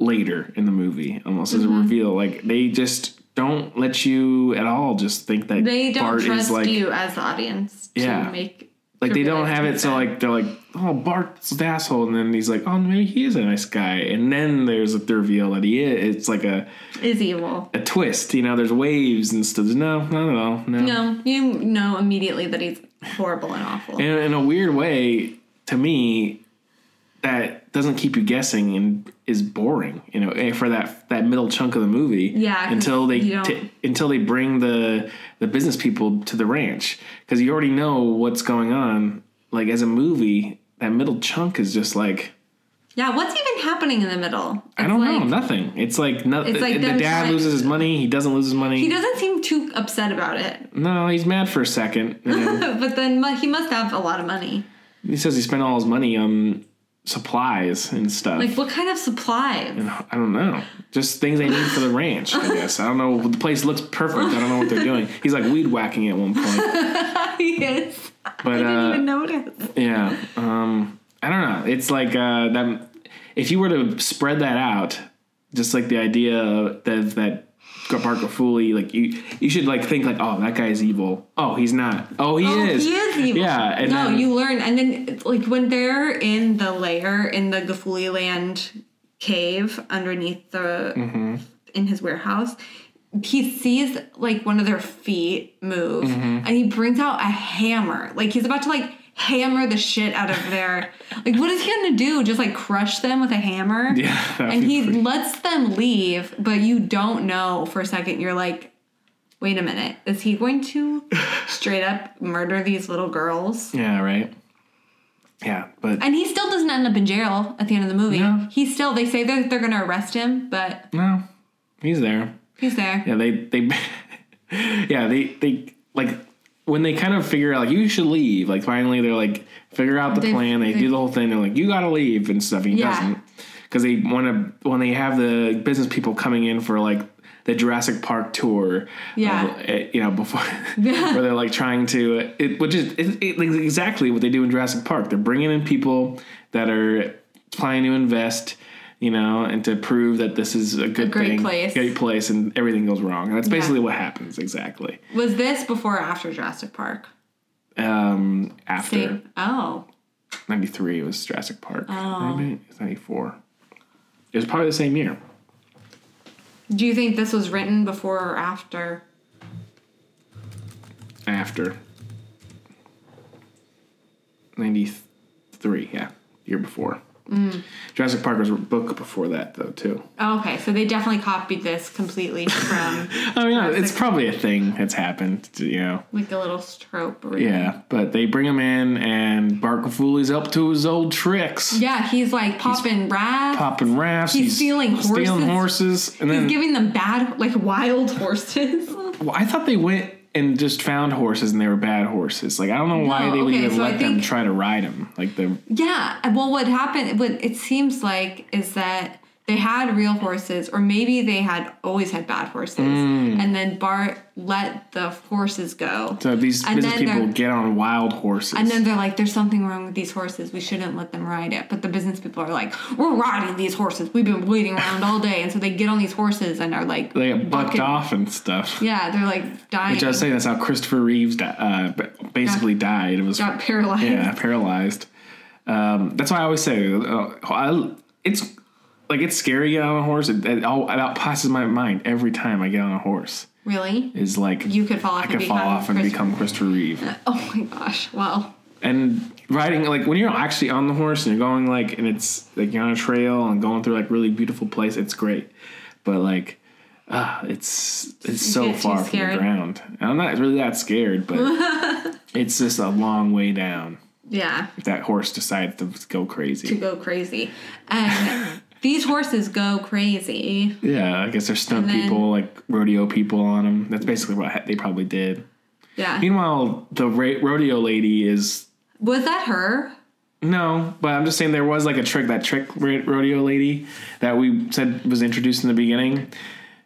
S3: later in the movie almost as a
S2: Mm-hmm.
S3: reveal. Like they just don't let you at all just think that
S2: they don't
S3: Bart
S2: trust
S3: is like
S2: you as the audience to
S3: Yeah.
S2: make
S3: like
S2: to
S3: they don't
S2: really
S3: have
S2: make
S3: it so
S2: that.
S3: like they're like oh bart's the asshole and then he's like oh maybe he is a nice guy and then there's the reveal that he is it's like a,
S2: is evil.
S3: a twist you know there's waves and stuff no no no no, no.
S2: No, you know immediately that he's horrible and awful.
S3: In, in a weird way to me that doesn't keep you guessing and is boring you know eh, for that that middle chunk of the movie
S2: Yeah, 'cause
S3: until they
S2: you don't-
S3: t- until they bring the the business people to the ranch because you already know what's going on like as a movie that middle chunk is just like
S2: yeah, what's even happening in the middle?
S3: I
S2: It's
S3: don't
S2: like,
S3: know. Nothing. It's like no,
S2: It's like
S3: the
S2: them
S3: dad
S2: trying-
S3: loses his money. He doesn't lose his money.
S2: He doesn't seem too upset about it,
S3: no, he's mad for a second. and then
S2: but then mu- he must have a lot of money.
S3: he says he spent all his money on supplies and stuff.
S2: Like, what kind of supplies?
S3: I don't know. Just things they need for the ranch. I guess I don't know. The place looks perfect. I don't know what they're doing. He's like weed whacking at one point.
S2: he is.
S3: But
S2: I didn't
S3: uh,
S2: even notice.
S3: yeah, um, I don't know. It's like uh, that. If you were to spread that out, just like the idea that that Parker Foley, like you, you should like think like, oh, that guy's evil. Oh, he's not. Oh, he
S2: Oh,
S3: is.
S2: He is evil.
S3: Yeah. And
S2: no,
S3: then,
S2: you learn, and then it's like when they're in the lair in the Gafuli land cave underneath the
S3: Mm-hmm.
S2: in his warehouse, he sees like one of their feet move,
S3: Mm-hmm.
S2: and he brings out a hammer. Like he's about to like hammer the shit out of their. like what is he gonna do? Just like crush them with a hammer?
S3: Yeah. that'd
S2: And
S3: be
S2: he
S3: pretty-
S2: lets them leave, but you don't know for a second. You're like, wait a minute, is he going to straight up murder these little girls?
S3: Yeah. Right. Yeah. But
S2: And he still doesn't end up in jail at the end of the movie.
S3: No.
S2: He's still, they say that they're going to arrest him, but
S3: no, he's there.
S2: he's there.
S3: Yeah, they they Yeah, they they like when they kind of figure out like you should leave, like finally they're like figure out the
S2: They-
S3: plan, they,
S2: they-
S3: do the whole thing, they're like, You gotta leave and stuff, and he
S2: Yeah.
S3: doesn't. Because they wanna when they have the business people coming in for like the Jurassic Park tour, of,
S2: Yeah.
S3: eh, you know before where they're like trying to, uh, it, which is it, it, like, exactly what they do in Jurassic Park. They're bringing in people that are trying to invest, you know, and to prove that this is a good
S2: great
S3: thing,
S2: place.
S3: great place and everything goes wrong. And that's basically what happens exactly.
S2: Was this before or after Jurassic Park?
S3: Um, after
S2: Same. Oh.
S3: 93, it was Jurassic Park. Oh. Maybe it's 94. It was probably the same year.
S2: Do you think this was written before or after?
S3: After. 93, yeah. Year before. Jurassic Park was a book before that, though, too.
S2: Oh, okay, so they definitely copied this completely from
S3: I mean, it's probably a thing that's happened, you know.
S2: like a little trope. Or
S3: Yeah, but they bring him in, and Barker Fooley's up to his old tricks.
S2: Yeah, he's like popping rats.
S3: popping rafts.
S2: He's stealing
S3: stealing
S2: horses.
S3: horses, and then
S2: He's giving them bad, like wild horses.
S3: well, I thought they went and just found horses, and they were bad horses. Like I don't know why
S2: No,
S3: they would
S2: okay,
S3: even
S2: so I
S3: let them
S2: think-
S3: try to ride them. Like the
S2: yeah. Well, what happened? What it seems like is that they had real horses, or maybe they had always had bad horses, and then Bart let the horses go.
S3: Hmm. So these
S2: And
S3: business
S2: then
S3: people
S2: they're-
S3: get on wild horses.
S2: And then they're like, there's something wrong with these horses. We shouldn't let them ride it. But the business people are like, we're riding these horses. We've been waiting around all day. And so they get on these horses and are like,
S3: they get bucked
S2: fucking-
S3: off and stuff.
S2: Yeah, they're like dying.
S3: Which I was saying, that's how Christopher Reeves di- uh, ba- basically died. It was
S2: got paralyzed.
S3: yeah, paralyzed. Um, that's why I always say, uh, I, it's like it's scary to get on a horse. It, it, all, that passes my mind every time I get on a horse.
S2: Really?
S3: Is like
S2: You could fall
S3: I
S2: off and
S3: could fall
S2: become
S3: off and
S2: Christopher-
S3: become Christopher Reeve.
S2: Oh my gosh. Well,
S3: and riding like when you're actually on the horse and you're going like and it's like you're on a trail and going through like really beautiful place it's great but like ah it's it's so
S2: get too
S3: far from the
S2: scared.
S3: ground and i'm not really that scared but it's just a long way down
S2: yeah,
S3: if that horse decides to go
S2: to
S3: crazy
S2: go crazy. And these horses go crazy.
S3: yeah i guess there's stunt
S2: And then-
S3: people like rodeo people on them that's basically what ha- they probably did
S2: Yeah.
S3: meanwhile the ra- rodeo lady is
S2: Was that her?
S3: No, but I'm just saying there was like a trick that trick ra- rodeo lady that we said was introduced in the beginning.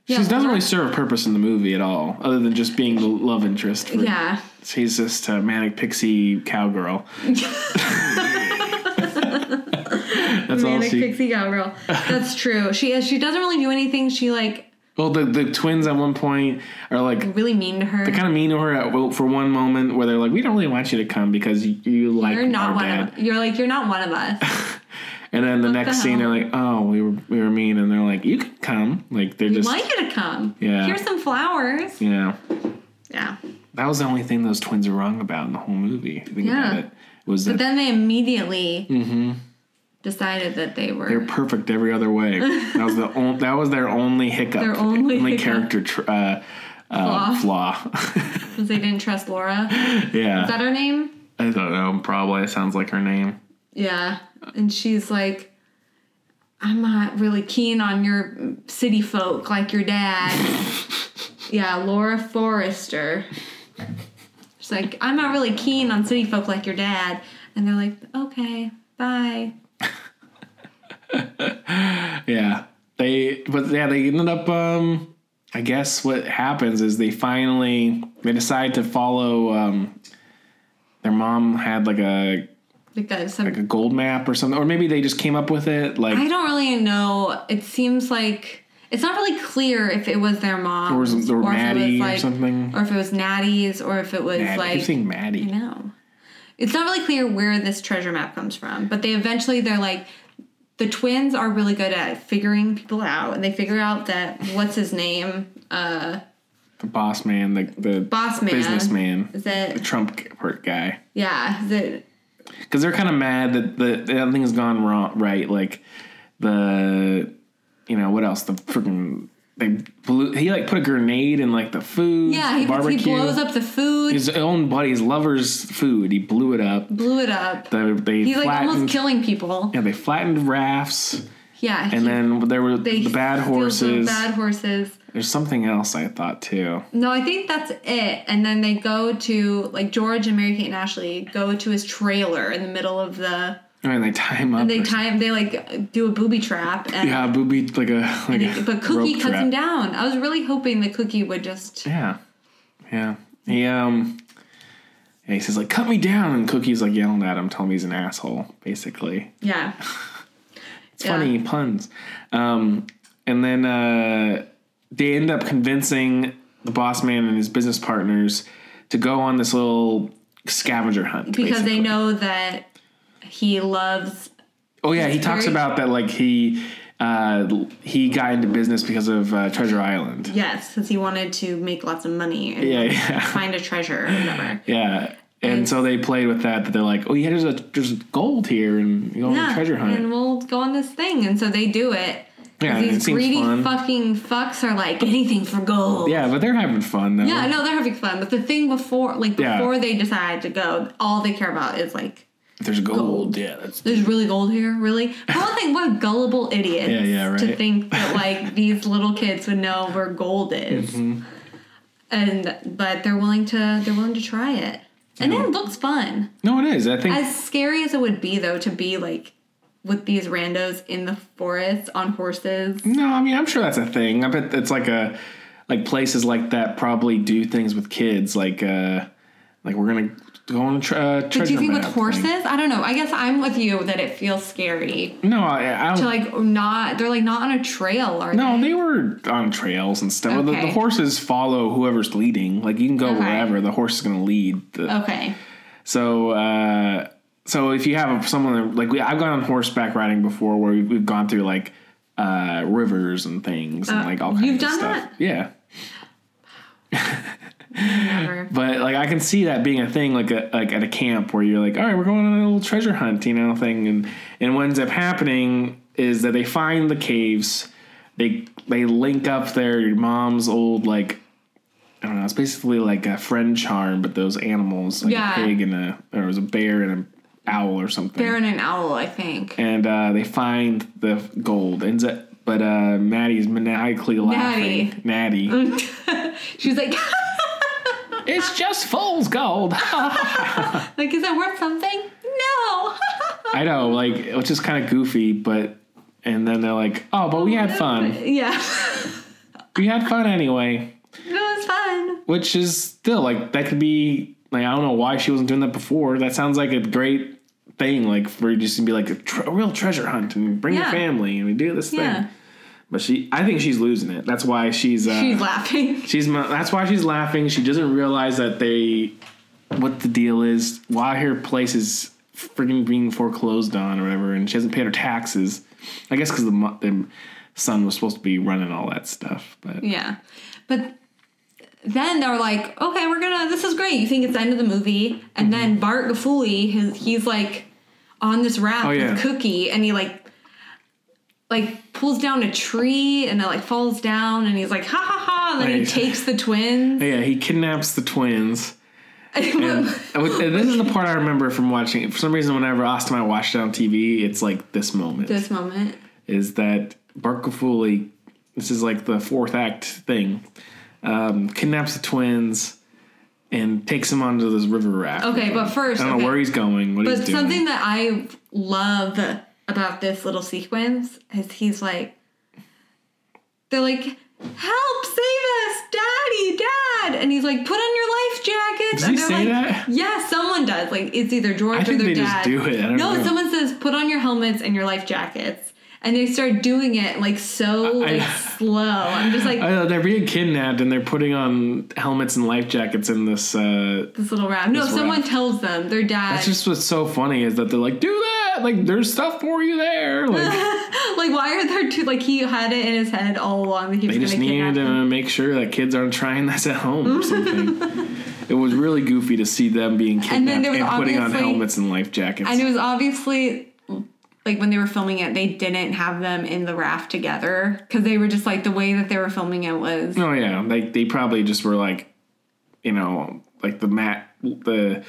S3: She
S2: Yeah, uh-huh.
S3: doesn't
S2: Laura-
S3: really serve a purpose in the movie at all, other than just being the love interest. For,
S2: Yeah.
S3: she's just a manic pixie cowgirl. That's all
S2: Manic
S3: she.
S2: Pixie Cowgirl. That's true. She is. She doesn't really do anything. She like
S3: Well, the the twins at one point are like
S2: really mean to her.
S3: they're kind of mean to her at, well, for one moment, where they're like, "We don't really want you to come because you, you like
S2: You're not
S3: our
S2: one
S3: dad."
S2: of. You're like you're not one of us.
S3: And then the next
S2: the
S3: scene,
S2: hell?
S3: they're like, "Oh, we were we were mean," and they're like, "You can come." Like they're
S2: We'd
S3: just
S2: like you to come.
S3: Yeah.
S2: Here's some flowers.
S3: yeah.
S2: Yeah.
S3: That was the only thing those twins were wrong about in the whole movie. if you Think
S2: Yeah.
S3: about it. Was
S2: But
S3: that
S2: then they immediately decided that they were.
S3: Mm-hmm. they're perfect every other way. That was the on, that was their only hiccup.
S2: Their only hiccup.
S3: character tr- uh, uh, flaw.
S2: because they didn't trust Laura.
S3: yeah.
S2: Is that her name?
S3: I don't know. Probably it sounds like her name.
S2: Yeah. And she's like, I'm not really keen on your city folk like your dad. yeah, Laura Forrester. She's like, I'm not really keen on city folk like your dad. And they're like, okay, bye.
S3: Yeah. They but yeah they ended up. um I guess what happens is they finally they decide to follow. um Their mom had like a
S2: Because
S3: like a
S2: some,
S3: gold map or something, or maybe they just came up with it. Like
S2: I don't really know. It seems like it's not really clear if it was their mom
S3: Or was it- or Maddie or
S2: like,
S3: something?
S2: or if it was Natty's, or if it was
S3: Maddie. I
S2: like
S3: keep saying Maddie.
S2: I know. It's not really clear where this treasure map comes from, but they eventually they're like the twins are really good at figuring people out and they figure out that what's his name? Uh
S3: the boss man, the the
S2: boss man.
S3: businessman,
S2: Is that
S3: Trump part guy.
S2: yeah, is it
S3: Because they're kind of mad that the that thing has gone wrong, right? Like the you know what else? The freaking they blew. He like put a grenade in like the food.
S2: yeah,
S3: the
S2: he, puts- he blows up the food,
S3: his own buddy's lover's food. He blew it up.
S2: blew it up.
S3: They, they
S2: He's like
S3: flattened.
S2: almost killing people.
S3: yeah, they flattened rafts,
S2: Yeah.
S3: and
S2: he-
S3: then there were
S2: they
S3: the bad
S2: steals the
S3: horses.
S2: Bad horses.
S3: There's something else I thought too.
S2: No, I think that's it. And then they go to like George and Mary Kate and Ashley go to his trailer in the middle of the
S3: I mean, they tie him up.
S2: And they
S3: or
S2: time they like do a booby trap and
S3: Yeah, booby like a like a
S2: but Cookie
S3: rope
S2: cuts
S3: trap.
S2: him down. I was really hoping that Cookie would just
S3: Yeah, yeah. He um, yeah, he says like cut me down, and Cookie's like yelling at him, telling him he's an asshole. Basically,
S2: yeah.
S3: it's funny puns. Um, and then uh, they end up convincing the boss man and his business partners to go on this little scavenger hunt
S2: Because
S3: basically.
S2: they know that he loves
S3: Oh yeah, he talks
S2: very-
S3: about that like he. Uh, he got into business because of uh, Treasure Island.
S2: yes, since he wanted to make lots of money and
S3: Yeah, yeah.
S2: find a treasure or whatever.
S3: Yeah. And
S2: And-
S3: so they played with that. That they're like, oh yeah, there's a there's gold here, and you go on
S2: Yeah,
S3: a treasure hunt.
S2: and we'll go on this thing, and so they do it. 'Cause
S3: yeah, and it
S2: these
S3: seems
S2: greedy
S3: fun.
S2: fucking fucks are like anything for gold.
S3: yeah, but they're having fun though.
S2: yeah, no, they're having fun. But the thing before, like
S3: Yeah.
S2: before they decide to go, all they care about is like
S3: If there's gold, yeah, that's
S2: there's really gold here, really. For one thing, what a gullible idiot
S3: Yeah, yeah,
S2: to
S3: right.
S2: think that like these little kids would know where gold is,
S3: Mm-hmm.
S2: and but they're willing to they're willing to try it, and it looks fun.
S3: no, it is. I think
S2: As scary as it would be though to be like with these randos in the forest on horses.
S3: No, I mean I'm sure that's a thing. I bet it's like a like places like that probably do things with kids. Like uh like we're gonna go on a tre- uh,
S2: But do
S3: treasure
S2: you think with
S3: map thing.
S2: horses? I don't know. I guess I'm with you that it feels scary
S3: No, I, I
S2: to
S3: don't.
S2: like not. They're like not on a trail, are
S3: no,
S2: they?
S3: they were on trails and stuff. The,
S2: Okay.
S3: the horses follow whoever's leading. Like you can go
S2: Okay.
S3: wherever the horse is going to lead. The-
S2: Okay.
S3: So, uh, so if you have someone that, like we, I've gone on horseback riding before, where we've, we've gone through like uh, rivers and things and
S2: Uh,
S3: like all kinds
S2: you've
S3: of
S2: done
S3: stuff.
S2: that?
S3: Yeah,
S2: Never.
S3: but like I can see that being a thing, like a, like at a camp where you're like, all right, we're going on a little treasure hunt, you know, thing, and and what ends up happening is that they find the caves, they they link up their mom's old like. I don't know. It's basically like a friend charm, but those animals, like
S2: Yeah.
S3: a pig and a, or it was a bear and an owl or something.
S2: They're in an owl, I think.
S3: and uh, they find the gold. Ends up, but uh, Maddie's maniacally laughing. Natty,
S2: She's like,
S3: it's just fool's gold.
S2: like is that worth something? No.
S3: I know, like which is kind of goofy, but and then they're like, oh, but we had fun.
S2: yeah.
S3: We had fun anyway,
S2: it was fun.
S3: which is still like that could be like I don't know why she wasn't doing that before. That sounds like a great thing, like for you just to be like a, tr- a real treasure hunt and bring
S2: Yeah.
S3: your family and we do this
S2: Yeah.
S3: thing. But she, I think she's losing it. That's why she's uh,
S2: She's laughing.
S3: She's mo- that's why she's laughing. She doesn't realize that they what the deal is, why her place is freaking being foreclosed on or whatever, and she hasn't paid her taxes. I guess because the, mo- the son was supposed to be running all that stuff, but
S2: Yeah. But then they're like, okay, we're gonna, this is great. You think it's the end of the movie. And
S3: Mm-hmm.
S2: then Bart Gaffuli, his, he's like on this raft
S3: Oh, yeah.
S2: with Cookie and he like, like pulls down a tree and it like falls down and he's like, ha ha ha. And then he
S3: Right.
S2: takes the twins.
S3: yeah, he kidnaps the twins. And, and this is the part I remember from watching. For some reason, whenever Austin and I watched it on TV, it's like this moment
S2: this moment.
S3: is that Bart Gaffuli, this is like the fourth act thing, um, kidnaps the twins and takes them onto this river raft.
S2: Okay, but first,
S3: I don't
S2: okay.
S3: know where he's going, what
S2: But
S3: he's doing.
S2: something that I love about this little sequence is he's like, they're like, help, save us, daddy, dad. And he's like, put on your life jackets.
S3: Does
S2: and
S3: he
S2: they're
S3: say
S2: like,
S3: that?
S2: Yeah, someone does. Like, it's either George
S3: I
S2: or
S3: think
S2: their
S3: they just
S2: dad.
S3: do it. I don't
S2: no,
S3: know.
S2: someone says, put on your helmets and your life jackets. And they start doing it like so
S3: I- I-
S2: like, slow. I'm just like,
S3: I know, they're being kidnapped and they're putting on helmets and life jackets in this. Uh,
S2: this little rap. No,
S3: This
S2: someone
S3: raft.
S2: tells them, their dad.
S3: that's just what's so funny is that they're like, do that! Like, there's stuff for you there! Like,
S2: like, why are there two? Like, he had it in his head all along that he was
S3: they
S2: going
S3: just
S2: to kidnap
S3: needed to
S2: them.
S3: make sure that kids aren't trying this at home or something. it was really goofy to see them being kidnapped
S2: And
S3: and,
S2: then there was
S3: putting on
S2: obviously-
S3: helmets and life jackets.
S2: And it was obviously like when they were filming it, they didn't have them in the raft together because they were just like the way that they were filming it was.
S3: Oh yeah, like they probably just were like, you know, like the mat, the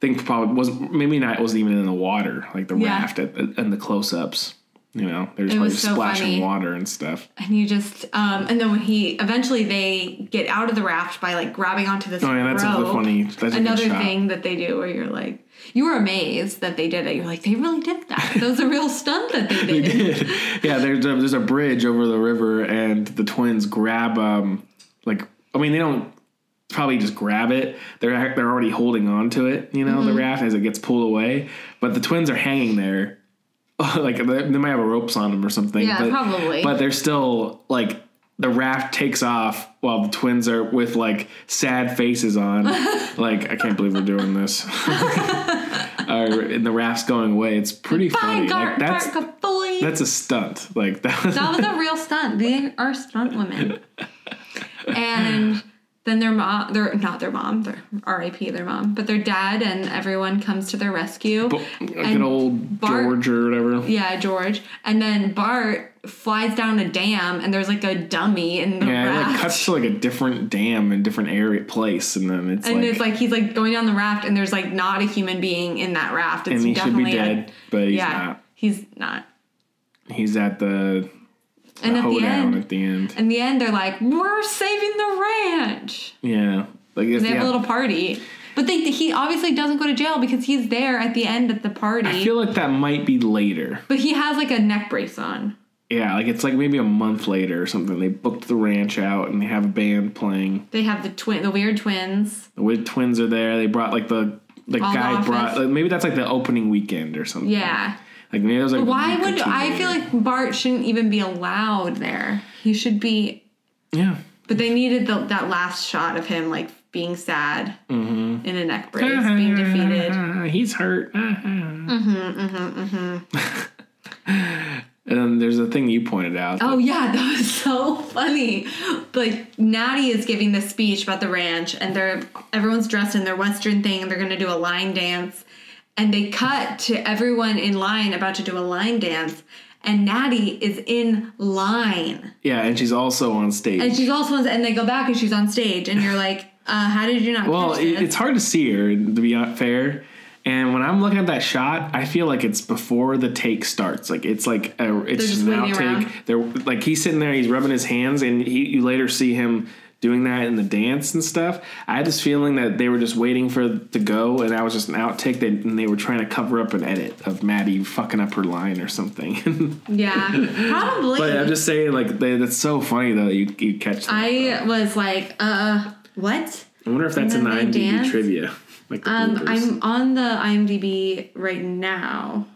S3: thing probably wasn't maybe not it wasn't even in the water, like the
S2: Yeah.
S3: raft at, and the close ups. You know, they're just probably
S2: It was
S3: just
S2: so
S3: splashing
S2: funny.
S3: water and stuff.
S2: And you just, um, and then when he eventually they get out of the raft by like grabbing onto this.
S3: Oh yeah, that's
S2: rope.
S3: another funny. That's
S2: Another
S3: a good shot.
S2: thing that they do where you're like, you were amazed that they did it. You're like, they really did that. That was a real stunt that they did.
S3: yeah, there's a, there's a bridge over the river, and the twins grab um like I mean they don't probably just grab it. They're ac- they're already holding on to it, you know, the
S2: Mm-hmm.
S3: raft as it gets pulled away. But the twins are hanging there, like they, they might have ropes on them or something.
S2: Yeah,
S3: but,
S2: probably.
S3: But they're still like. The raft takes off while the twins are with like sad faces on. like, I can't believe we're doing this. or, and the raft's going away. It's pretty
S2: Bye,
S3: funny.
S2: Gar-
S3: like, that's,
S2: Garka Boy.
S3: that's a stunt. Like that was,
S2: that was a real stunt. They are stunt women. And then their mom, their not their mom, their R.I.P. their mom, but their dad and everyone comes to their rescue.
S3: like
S2: and
S3: an old
S2: Bart-
S3: George or whatever.
S2: yeah, George. And then Bart flies down a dam, and there's like a dummy in the
S3: Yeah, it
S2: raft.
S3: like cuts to like a different dam and different area place, and then it's
S2: and
S3: like,
S2: it's like he's like going down the raft, and there's like not a human being in that raft. It's
S3: and he should
S2: definitely
S3: be dead,
S2: A,
S3: but he's
S2: yeah,
S3: not.
S2: he's not.
S3: He's at the, the
S2: And at the
S3: hoedown
S2: end,
S3: at the end.
S2: in the end, they're like, "We're saving the ranch."
S3: Yeah, like if
S2: They
S3: yeah,
S2: have a little party. But they, he obviously doesn't go to jail because he's there at the end at the party.
S3: I feel like that might be later.
S2: but he has like a neck brace on.
S3: Yeah, like it's like maybe a month later or something. They booked the ranch out and they have a band playing.
S2: They have the twin, the weird twins.
S3: The Wid twins are there. They brought like the the
S2: All the
S3: guy
S2: office.
S3: brought like, maybe that's like the opening weekend or something.
S2: Yeah.
S3: Like maybe it was like
S2: Why
S3: a week or
S2: would
S3: two
S2: I
S3: later.
S2: feel like Bart shouldn't even be allowed there? He should be.
S3: Yeah.
S2: But they needed the, that last shot of him like being sad
S3: Mm-hmm.
S2: in a neck brace, being defeated.
S3: Uh, He's hurt.
S2: Mm-hmm,
S3: and then there's a thing you pointed out.
S2: Oh yeah, that was so funny. Like Natty is giving this speech about the ranch, and they're everyone's dressed in their western thing, and they're gonna do a line dance. And they cut to everyone in line about to do a line dance, and Natty is in line,
S3: Yeah, and she's also on stage.
S2: and she's also and they go back and she's on stage, and you're like, uh, how did you not?
S3: well,
S2: catch
S3: it-
S2: this?
S3: it's hard to see her, to be fair. And when I'm looking at that shot, I feel like it's before the take starts. Like it's like a, it's
S2: just
S3: just an
S2: waiting around.
S3: outtake. They're like he's sitting there, he's rubbing his hands, and he, you later see him doing that in the dance and stuff. I had this feeling that they were just waiting for it to go, and that was just an outtake. That, and they were trying to cover up an edit of Maddie fucking up her line or something.
S2: yeah, probably.
S3: but I'm just saying, like they, that's so funny though. that You you catch. That.
S2: I was like, uh, what?
S3: I wonder if that's in
S2: And
S3: the
S2: then they
S3: IMDb
S2: dance.
S3: trivia. Like the
S2: Um,
S3: bloopers.
S2: I'm on the IMDb right now.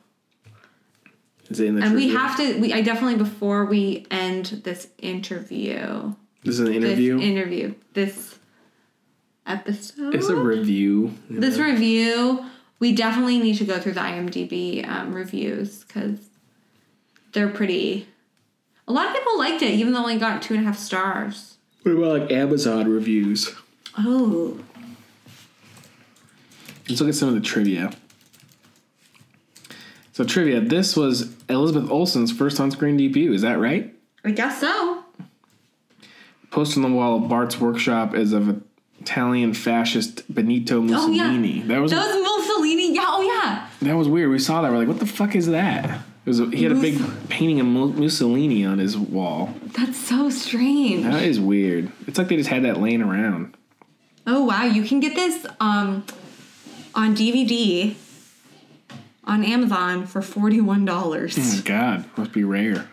S3: Is it in the
S2: And we
S3: trivia?
S2: have to. We I definitely before we end this interview.
S3: This is an interview.
S2: This interview. This episode.
S3: it's a review.
S2: this review. We definitely need to go through the IMDb um, reviews because they're pretty. A lot of people liked it, even though it only got two and a half stars.
S3: What about like Amazon reviews?
S2: Oh,
S3: Let's look at some of the trivia. So trivia. This was Elizabeth Olsen's first on-screen debut. Is that right?
S2: I guess so.
S3: Post on the wall of Bart's workshop is of Italian fascist Benito
S2: Oh yeah,
S3: Mussolini. That was
S2: that was Mussolini. Yeah. Oh yeah.
S3: that was weird. We saw that. We're like, what the fuck is that? It was he had a big painting of Mu- Mussolini on his wall.
S2: That's so strange.
S3: That is weird. It's like they just had that laying around.
S2: Oh wow, you can get this um on DVD on Amazon for
S3: Oh my
S2: $41.
S3: god, must be rare.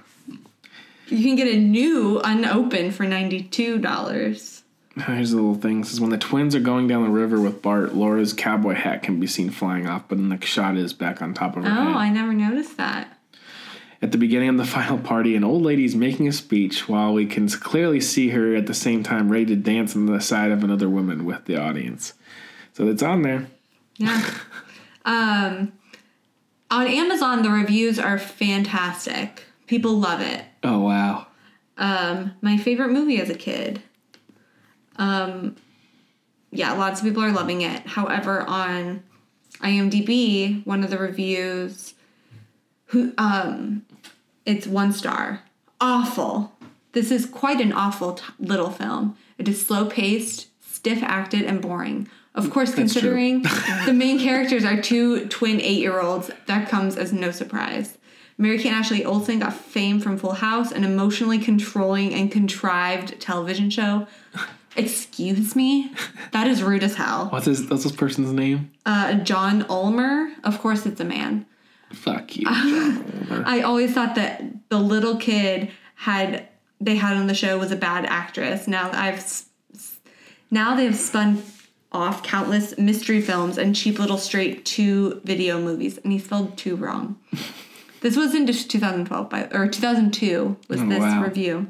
S2: you can get a new unopened for $92.
S3: Here's the little thing. It says when the twins are going down the river with Bart, Laura's cowboy hat can be seen flying off, but the next shot is back on top of her
S2: Oh,
S3: head.
S2: I never noticed that.
S3: At the beginning of the final party, an old lady's making a speech while we can clearly see her at the same time ready to dance on the side of another woman with the audience. So it's on there.
S2: Yeah. um on Amazon the reviews are fantastic. People love it.
S3: Oh wow.
S2: Um my favorite movie as a kid. Um yeah, lots of people are loving it. However, on IMDb, one of the reviews, who um, it's one star. Awful. This is quite an awful t- little film. It is slow paced, stiff acted, and boring. Of course, considering the main characters are two twin eight year olds, that comes as no surprise. Mary Kate and Ashley Olsen got fame from Full House, an emotionally controlling and contrived television show. Excuse me? That is rude as hell.
S3: What's his what's this person's name?
S2: Uh, John Ulmer, of course, it's a man.
S3: Fuck you.
S2: I always thought that the little kid had they had on the show was a bad actress. Now I've s- s- now they've spun off countless mystery films and cheap little straight to video movies, and he spelled two wrong. this was in just 2012 by, or 2002 was this
S3: wow.
S2: review.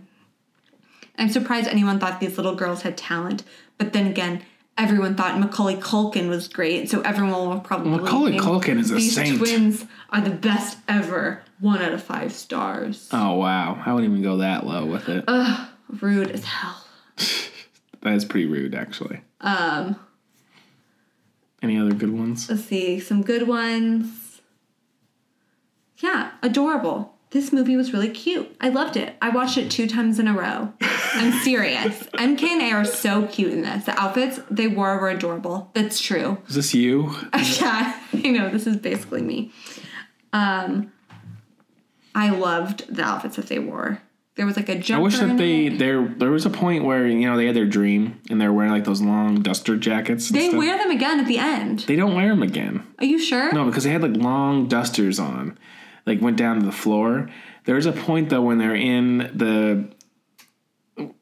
S2: I'm surprised anyone thought these little girls had talent, but then again. Everyone thought Macaulay Culkin was great, so everyone will probably
S3: Macaulay
S2: think
S3: Culkin is a
S2: these
S3: saint.
S2: twins are the best ever. One out of five stars.
S3: oh wow. I wouldn't even go that low with it.
S2: Rude as hell.
S3: that is pretty rude actually. Um any other good ones?
S2: Let's see some good ones. Yeah, adorable. This movie was really cute. I loved it. I watched it two times in a row. I'm serious. MK and A are so cute in this. The outfits they wore were adorable. That's true.
S3: Is this you?
S2: yeah, I know. This is basically me. Um, I loved the outfits that they wore. There was like a
S3: I
S2: jumper.
S3: wish that
S2: in
S3: they
S2: it.
S3: there there was a point where you know they had their dream and they're wearing like those long duster jackets. and
S2: They
S3: stuff.
S2: wear them again at the end.
S3: They don't wear them again.
S2: Are you sure?
S3: No, because they had like long dusters on, like went down to the floor. There was a point though when they're in the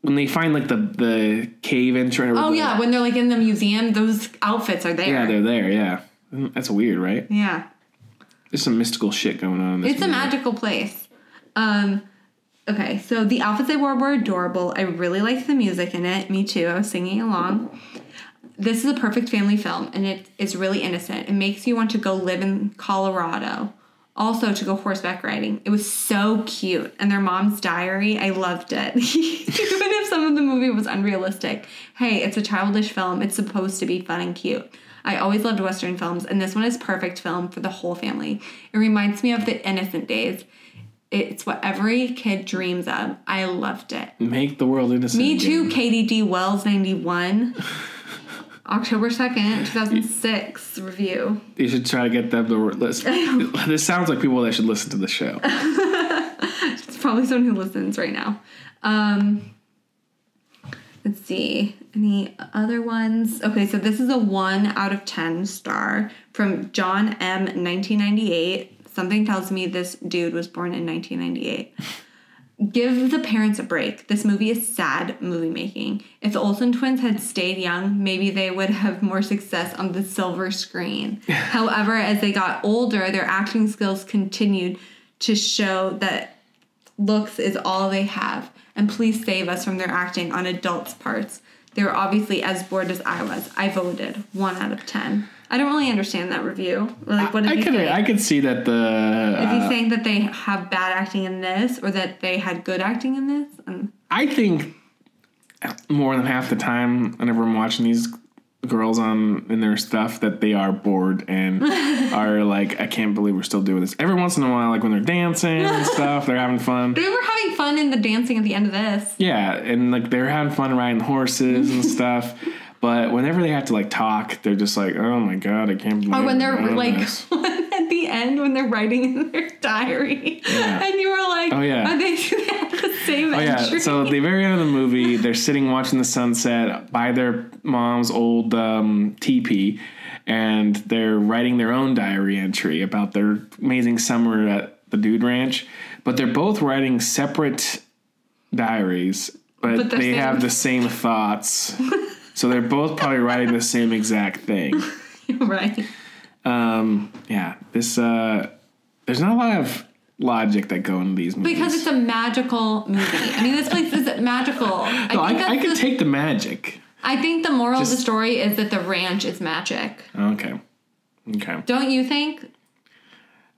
S3: when they find like the the cave entrance. or
S2: Oh
S3: the-
S2: yeah, when they're like in the museum, those outfits are there.
S3: yeah, they're there. Yeah, Mm, that's weird, right?
S2: Yeah.
S3: There's some mystical shit going on. In this
S2: It's a
S3: movie.
S2: magical place. Um okay, so the outfits I wore were adorable. I really liked the music in it. Me too. I was singing along. This is a perfect family film and it is really innocent. It makes you want to go live in Colorado. Also to go horseback riding. It was so cute. And their mom's diary, I loved it. Even if some of the movie was unrealistic. Hey, it's a childish film. It's supposed to be fun and cute. I always loved Western films, and this one is perfect film for the whole family. It reminds me of the innocent days. It's what every kid dreams of. I loved it.
S3: Make the world innocent.
S2: Me too,
S3: again.
S2: Katie D. Wells, 91. October 2nd, 2006 review.
S3: You should try to get them to list. this sounds like people that should listen to the show.
S2: It's probably someone who listens right now. Um, let's see. Any other ones? Okay, so this is a 1 out of 10 star from John M. 1998. Something tells me this dude was born in 1998. Give the parents a break. This movie is sad movie making. If the Olsen twins had stayed young, maybe they would have more success on the silver screen. However, as they got older, their acting skills continued to show that looks is all they have. And please save us from their acting on adults' parts. They were obviously as bored as I was. I voted one out of ten. I don't really understand that review. Like, what did
S3: I
S2: he
S3: could
S2: say?
S3: I could see that the
S2: Is
S3: uh,
S2: he saying that they have bad acting in this, or that they had good acting in this? Um,
S3: I think more than half the time, whenever I'm watching these girls on in their stuff, that they are bored and are like, I can't believe we're still doing this. Every once in a while, like when they're dancing and stuff, they're having fun.
S2: they were having fun in the dancing at the end of this.
S3: Yeah, and like they're having fun riding horses and stuff. But whenever they have to like talk, they're just like, oh my god, I can't believe.
S2: Or when they're
S3: we're doing
S2: like
S3: this."
S2: at the end when they're writing in their diary,
S3: Yeah.
S2: and you were like,
S3: Oh, yeah.
S2: are they, do they have the same
S3: Oh yeah.
S2: entry?"
S3: So at the very end of the movie, they're sitting watching the sunset by their mom's old um, teepee, and they're writing their own diary entry about their amazing summer at the Dude Ranch. But they're both writing separate diaries, but,
S2: But they're
S3: they
S2: same.
S3: have the same thoughts. so they're both probably writing the same exact thing.
S2: right?
S3: Um, yeah. This uh, there's not a lot of logic that go into these movies.
S2: Because it's a magical movie. I mean, this place is magical. I,
S3: no, I,
S2: think that's
S3: I
S2: the,
S3: could take the magic.
S2: I think the moral of the
S3: Just-
S2: story is that the ranch is magic.
S3: Okay. Okay.
S2: Don't you think?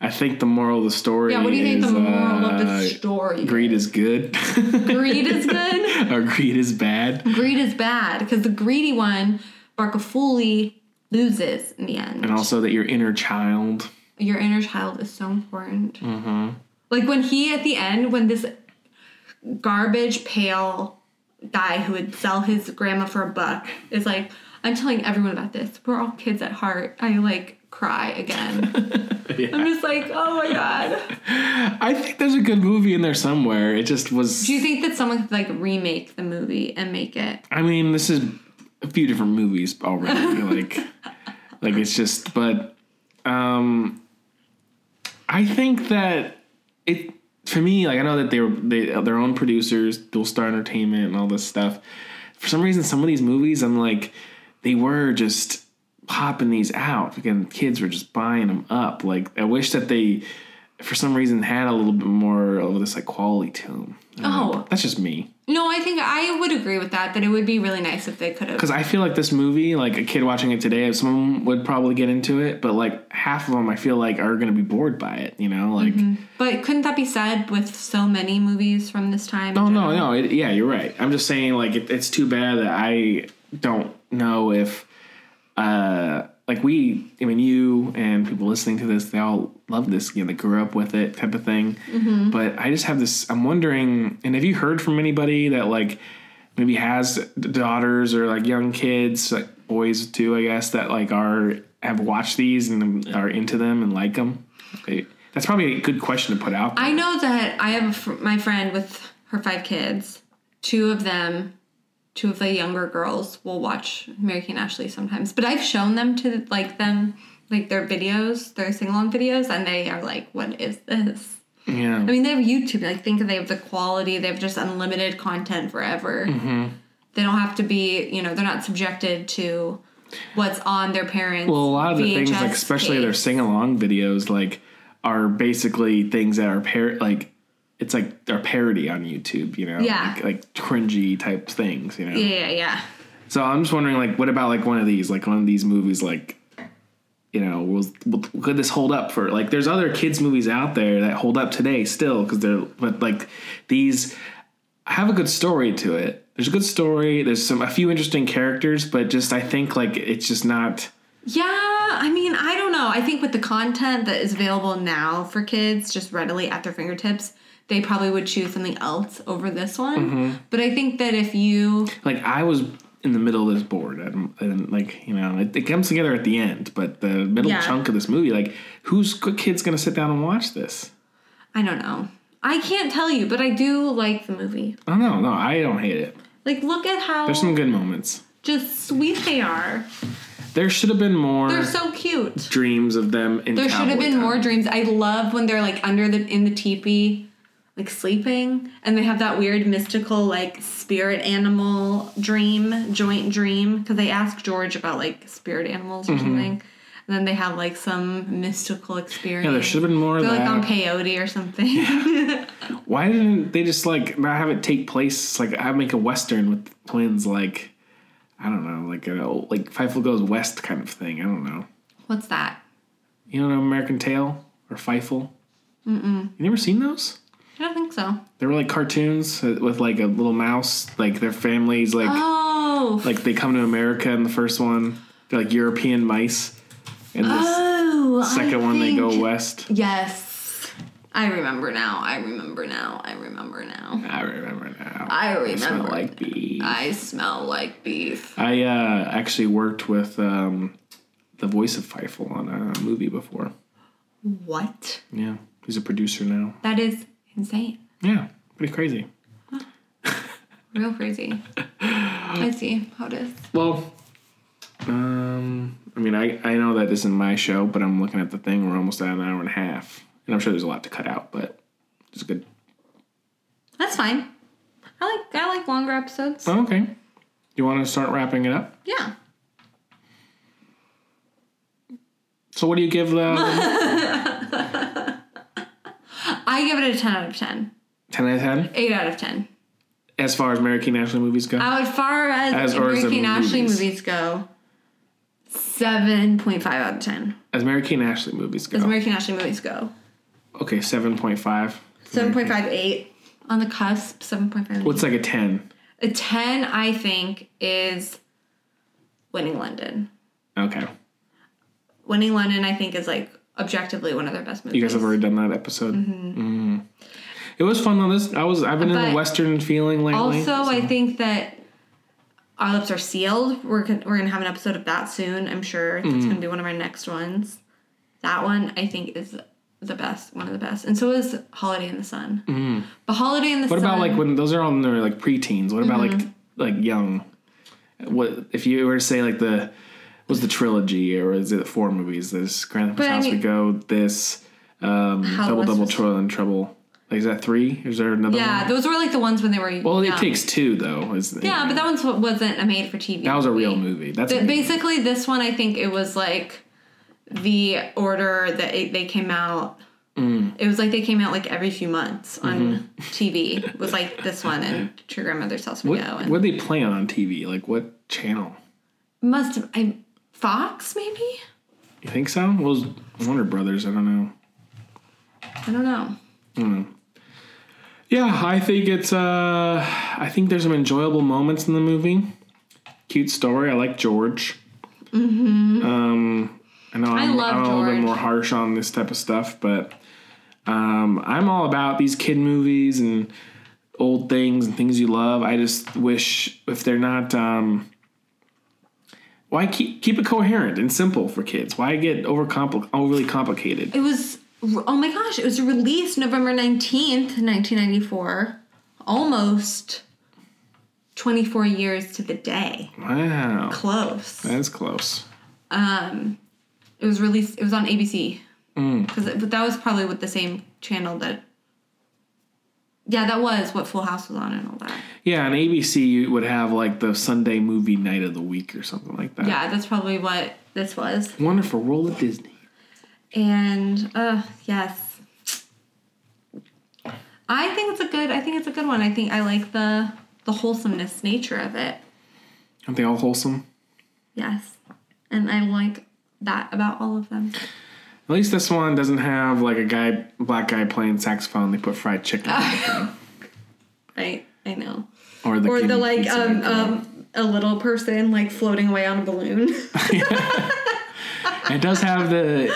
S3: I think the moral of the story.
S2: Yeah, what do you think
S3: is,
S2: the moral of
S3: uh,
S2: the story?
S3: Greed is good.
S2: Greed is good.
S3: or greed is bad.
S2: Greed is bad because the greedy one, Barkafuli, loses in the end.
S3: And also that your inner child.
S2: Your inner child is so important. Like when he at the end, when this garbage pale guy who would sell his grandma for a buck is like, I'm telling everyone about this. We're all kids at heart. I like cry again. I'm just like, oh my god.
S3: I think there's a good movie in there somewhere. It just was.
S2: Do you think that someone could like remake the movie and make it?
S3: I mean, this is a few different movies already. like, like it's just, but, um, I think that it for me, like I know that they were they their own producers, dual star entertainment, and all this stuff. For some reason, some of these movies, I'm like, they were just popping these out. Again, kids were just buying them up. Like I wish that they. For some reason, had a little bit more of this like quality to them.
S2: Oh.
S3: that's just me.
S2: No, I think I would agree with that. That it would be really nice if they could have.
S3: Because I feel like this movie, like a kid watching it today, someone would probably get into it, but like half of them, I feel like are going to be bored by it. You know, like
S2: But couldn't that be said with so many movies from this time?
S3: oh no, no, it, yeah, you're right. I'm just saying, like it, it's too bad that I don't know if, uh, like we, I mean, you and people listening to this, they all love this. You know, they grew up with it, type of thing. But I just have this. I'm wondering, and have you heard from anybody that like maybe has daughters or like young kids, like boys too, I guess, that like are have watched these and are into them and like them? Okay. That's probably a good question to put out.
S2: I know that I have a fr- my friend with her five kids. Two of them, two of the younger girls, will watch Mary Kay and Ashley sometimes. But I've shown them to like them, like their videos, their sing along videos, and they are like, "What is this?"
S3: Yeah.
S2: I mean, they have YouTube. Like, think they have the quality. They have just unlimited content forever.
S3: Mm-hmm.
S2: They don't have to be, you know, they're not subjected to what's on their parents.
S3: Well, a lot of the things, like
S2: VHS
S3: especially their
S2: tapes.
S3: sing along videos, like are basically things that are par- like it's like their parody on YouTube, you know,
S2: Yeah.
S3: like, like cringy type things, you know.
S2: Yeah, yeah, yeah.
S3: So I'm just wondering, like, what about like one of these, like one of these movies, like, you know, was, will- could this hold up for like? There's other kids movies out there that hold up today still because they're but like these have a good story to it. There's a good story. There's some a few interesting characters, but just I think like it's just not.
S2: Yeah, I mean, I don't know. I think with the content that is available now for kids, just readily at their fingertips, they probably would choose something else over this one.
S3: Mm-hmm.
S2: But I think that if you
S3: like I was in the middle of this board and, and like you know it, it comes together at the end but the middle
S2: Yeah.
S3: chunk of this movie like who's good kid's gonna sit down and watch this
S2: I don't know. I can't tell you, but I do like the movie.
S3: i don't know no i don't hate it
S2: Like, look at how
S3: there's some good moments
S2: just sweet they are.
S3: there should have been more
S2: They're so cute.
S3: dreams of them in
S2: There should have
S3: cowboy
S2: been
S3: oh, time.
S2: more dreams. I love when they're like under the in the teepee, like sleeping, and they have that weird mystical like spirit animal dream, joint dream. Because they ask George about like spirit animals or
S3: Mm-hmm.
S2: something, and then they have like some mystical experience.
S3: yeah there should have been more of
S2: They're
S3: that
S2: like on peyote or something.
S3: why didn't they just like not have it take place like have make a western with twins like i don't know like an old, like feifel goes west kind of thing i don't know
S2: What's that?
S3: you don't know american tale or feifel Mm-mm. you never seen those
S2: I don't think so.
S3: They were like cartoons uh, with like a little mouse. Like their families, like
S2: Oh,
S3: like they come to America in the first one. They're like European mice. And this
S2: oh, I
S3: second one, they go
S2: think-
S3: west.
S2: Yes, I remember now. I remember now. I remember now.
S3: I remember now.
S2: I
S3: smell
S2: remember.
S3: like bees. I,
S2: I smell like beef.
S3: uh, actually worked with um, the voice of Feifel on a movie before.
S2: What?
S3: Yeah, he's a producer now.
S2: That is insane.
S3: Yeah, pretty crazy.
S2: Real crazy. I see how it is.
S3: Well, um, I mean, I, I know that isn't my show, but I'm looking at the thing. We're almost at an hour and a half, and I'm sure there's a lot to cut out, but it's good.
S2: That's fine. I like I like longer episodes.
S3: Oh, okay. You want to start wrapping it up?
S2: Yeah.
S3: So, what do you give uh, the
S2: I give it a ten out of ten.
S3: ten out of ten
S2: Eight out of ten.
S3: as far as Mary Kay National movies go?
S2: Out far as,
S3: As
S2: as
S3: far as the
S2: Ricky and Ashley
S3: movies.
S2: movies go, seven point five out of ten.
S3: As Mary Kay National movies
S2: As
S3: go,
S2: American Ashley movies go,
S3: okay, seven point five.
S2: seven point five eight on the cusp. Seven point five.
S3: What's like a ten?
S2: A ten, I think, is winning London.
S3: Okay,
S2: Winning London, I think, is like objectively one of their best movies.
S3: you guys have already done that episode. Mm-hmm. It was fun on this. I was I've been in
S2: But
S3: the western feeling lately.
S2: Also, I think that our lips are sealed. We're gonna, we're gonna have an episode of that soon. I'm sure that's
S3: Mm.
S2: gonna be one of our next ones. That one I think is the best, one of the best, and so is Holiday in the Sun. But Holiday in the
S3: Mm. What
S2: Sun.
S3: about like when those are all in their like preteens? What about
S2: Mm-hmm.
S3: like like young? What if you were to say like the was the trilogy or is it four movies? This Grand Theft
S2: But I
S3: House
S2: mean-
S3: We Go, this um,
S2: How the
S3: Double
S2: West
S3: Double
S2: Was-
S3: Trouble and Trouble. Like is that three? Is there another
S2: Yeah,
S3: one?
S2: those were like the ones when they were.
S3: well,
S2: young.
S3: it takes two though. Is
S2: Yeah, but that one's what wasn't a made for TV.
S3: that was a real movie. That's a
S2: The,
S3: good-
S2: basically, this one I think it was like the order that it, they came out.
S3: Mm.
S2: It was like they came out like every few months on TV. It was like this one and True Grandmother's House We
S3: Mm-hmm. what,
S2: Go. And
S3: what are they playing on TV? Like what channel?
S2: must have, I Fox maybe?
S3: You think so? Well, it was Warner Brothers. I don't know.
S2: I don't know.
S3: Yeah, I think it's. uh I think there's some enjoyable moments in the movie. Cute story. I like George. Mm-hmm. Um, I know I'm, I
S2: love
S3: am a little bit
S2: George.
S3: more harsh on this type of stuff, but um, I'm all about these kid movies and old things and things you love. I just wish if they're not. Um, why keep keep it coherent and simple for kids? Why get overcompli- overly complicated?
S2: It was oh my gosh! It was released November nineteenth, nineteen ninety four. almost 24 years to the day.
S3: Wow.
S2: Close.
S3: That's close.
S2: Um, it was released. It was on ABC because but that was probably with the same channel that. Yeah, that was what Full House was on and all that.
S3: Yeah, on ABC you would have like the Sunday movie night of the week or something like that.
S2: Yeah, that's probably what this was.
S3: Wonderful World of Disney.
S2: And uh yes. I think it's a good I think it's a good one. I think I like the the wholesomeness nature of it.
S3: Aren't they all wholesome?
S2: Yes. And I like that about all of them.
S3: At least this one doesn't have like a guy, black guy playing saxophone. They put fried chicken
S2: Uh, Right? I know.
S3: or the
S2: Or the
S3: guinea
S2: like
S3: pizza they
S2: um
S3: call it.
S2: um a little person like floating away on a balloon.
S3: It does have the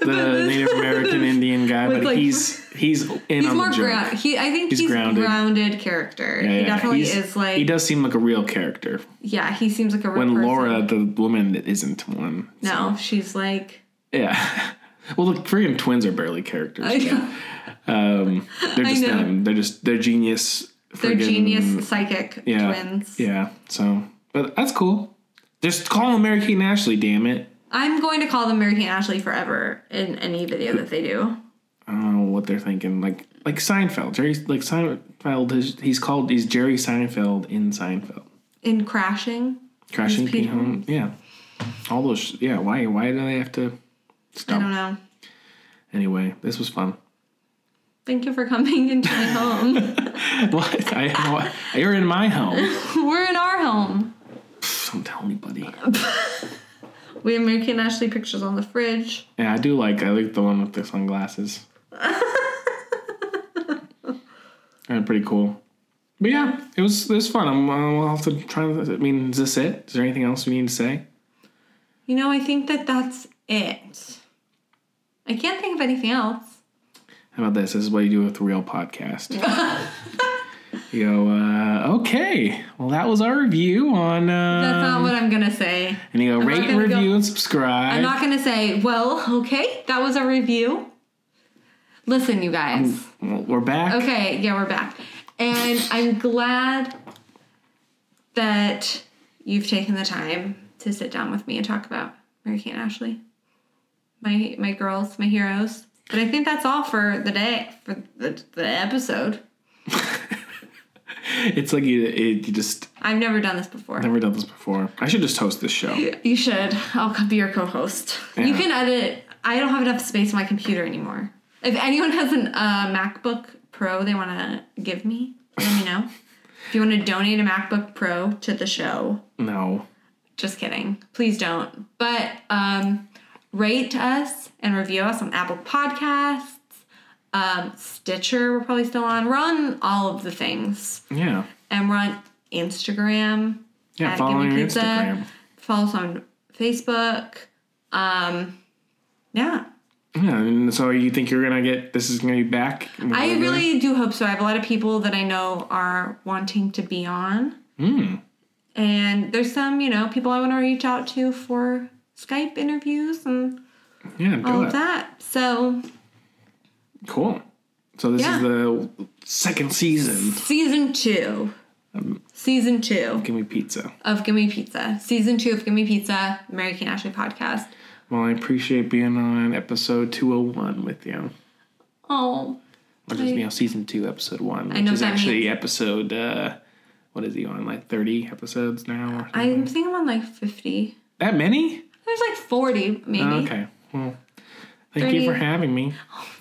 S3: the Native American Indian guy,
S2: With,
S3: but
S2: like-
S3: he's he's in
S2: he's
S3: on
S2: more
S3: the joke.
S2: ground he I think
S3: He's
S2: he's,
S3: grounded.
S2: grounded. character.
S3: Yeah,
S2: he
S3: yeah,
S2: definitely
S3: he's-
S2: is like
S3: he does seem like a real character.
S2: yeah, he seems like a real
S3: When
S2: person.
S3: Laura, the woman that isn't one,
S2: No, she's like
S3: yeah. Well, the friggin' twins are barely characters.
S2: I know.
S3: Um, they're just
S2: know.
S3: them. They're just they're genius.
S2: They're
S3: friggin-
S2: genius psychic
S3: yeah,
S2: twins.
S3: Yeah. So, but that's cool. Just call them Mary Kate and Ashley. Damn it.
S2: I'm going to call them Mary Kate and Ashley forever in any video that they do.
S3: I don't know what they're thinking. Like like Seinfeld. Jerry like Seinfeld. Is, he's called he's Jerry Seinfeld in Seinfeld.
S2: In crashing,
S3: Crashing
S2: He's Pete
S3: Pete Holmes. Yeah. All those. Yeah. Why why do they have to
S2: I
S3: stop?
S2: don't know.
S3: Anyway, this was fun.
S2: Thank you for coming into my home.
S3: what? I have no, you're in my home.
S2: We're in our home.
S3: Don't tell anybody.
S2: We have Mary Kate and Ashley pictures on the fridge.
S3: Yeah, I do like I like the one with the sunglasses. They're pretty cool. But yeah, it was it was fun. I'm, I'll have to try. I mean, is this it? Is there anything else we need to say?
S2: You know, I think that that's it. I can't think of anything else.
S3: How about this? This is what you do with a real podcast. you go, uh, okay. Well, that was our review on. Uh,
S2: That's not what I'm gonna say.
S3: and you go
S2: not
S3: rate and
S2: gonna go-
S3: review and subscribe.
S2: I'm not gonna say, well, okay, that was a review. Listen, you guys.
S3: Well, we're back.
S2: Okay, yeah, we're back. And I'm glad that you've taken the time to sit down with me and talk about Mary Kate and Ashley. My my girls, my heroes. But I think that's all for the day for the, the episode.
S3: It's like you, it, you just
S2: I've never done this before.
S3: never done this before. I should just host this show.
S2: You should. I'll co- be your co-host. You
S3: Yeah.
S2: can edit. I don't have enough space on my computer anymore. If anyone has an uh, MacBook Pro they want to give me, let me know. If you want to donate a MacBook Pro to the show,
S3: No.
S2: just kidding. Please don't. But um, rate us and review us on Apple Podcasts, um, Stitcher. We're probably still on. We're on all of the things,
S3: Yeah.
S2: and we're on Instagram
S3: Yeah.
S2: at
S3: Follow
S2: Gimme
S3: your
S2: Pizza.
S3: Instagram.
S2: Follow us on Facebook. Um, yeah,
S3: Yeah, and so you think you're gonna get this is gonna be back?
S2: I really do hope so. I have a lot of people that I know are wanting to be on,
S3: Hmm.
S2: and there's some you know people I want to reach out to for Skype interviews and
S3: yeah, do
S2: all
S3: it.
S2: of that. So
S3: Cool. So this
S2: Yeah.
S3: is the second season.
S2: season two,
S3: Um,
S2: season two
S3: Give me pizza.
S2: of Gimme Pizza, season two of Gimme Pizza, Mary Kane Ashley podcast.
S3: Well, I appreciate being on episode 201 with you.
S2: Oh,
S3: Or just, you know, season two, episode one, which
S2: know
S3: is
S2: what that
S3: actually episode, uh, what is he on? Like 30 episodes now? Or something?
S2: I'm thinking I'm on like fifty.
S3: that many?
S2: There's like forty maybe.
S3: Oh, okay. Well, thank
S2: 30.
S3: you for having me.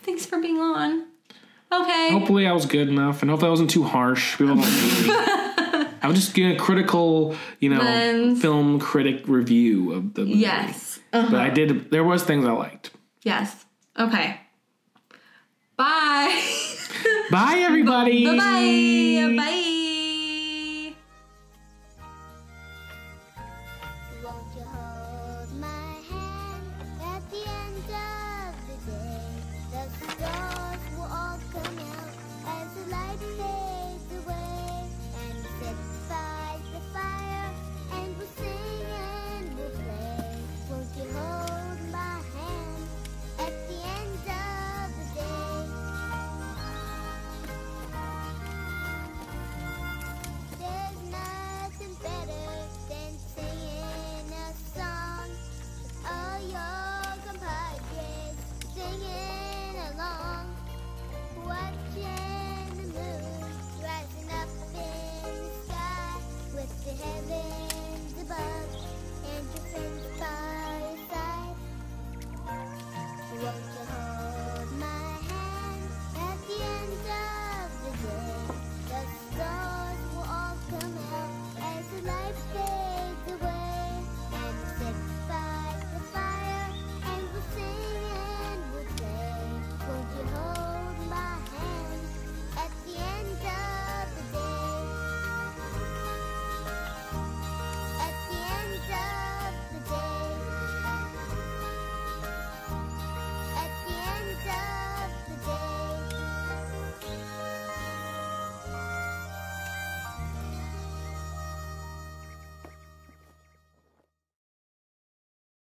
S2: Thanks for being on. Okay.
S3: Hopefully, I was good enough, and hopefully, I wasn't too harsh. People don't hate me. I was just getting a critical, you know,
S2: Lens.
S3: film critic review of the movie.
S2: Yes. Uh-huh.
S3: But I did. There was things I liked.
S2: Yes. Okay. Bye.
S3: Bye, everybody.
S2: Bye-bye. Bye.
S5: Won't you hold my hand at the end of the day? The stars will all come out as the light fades.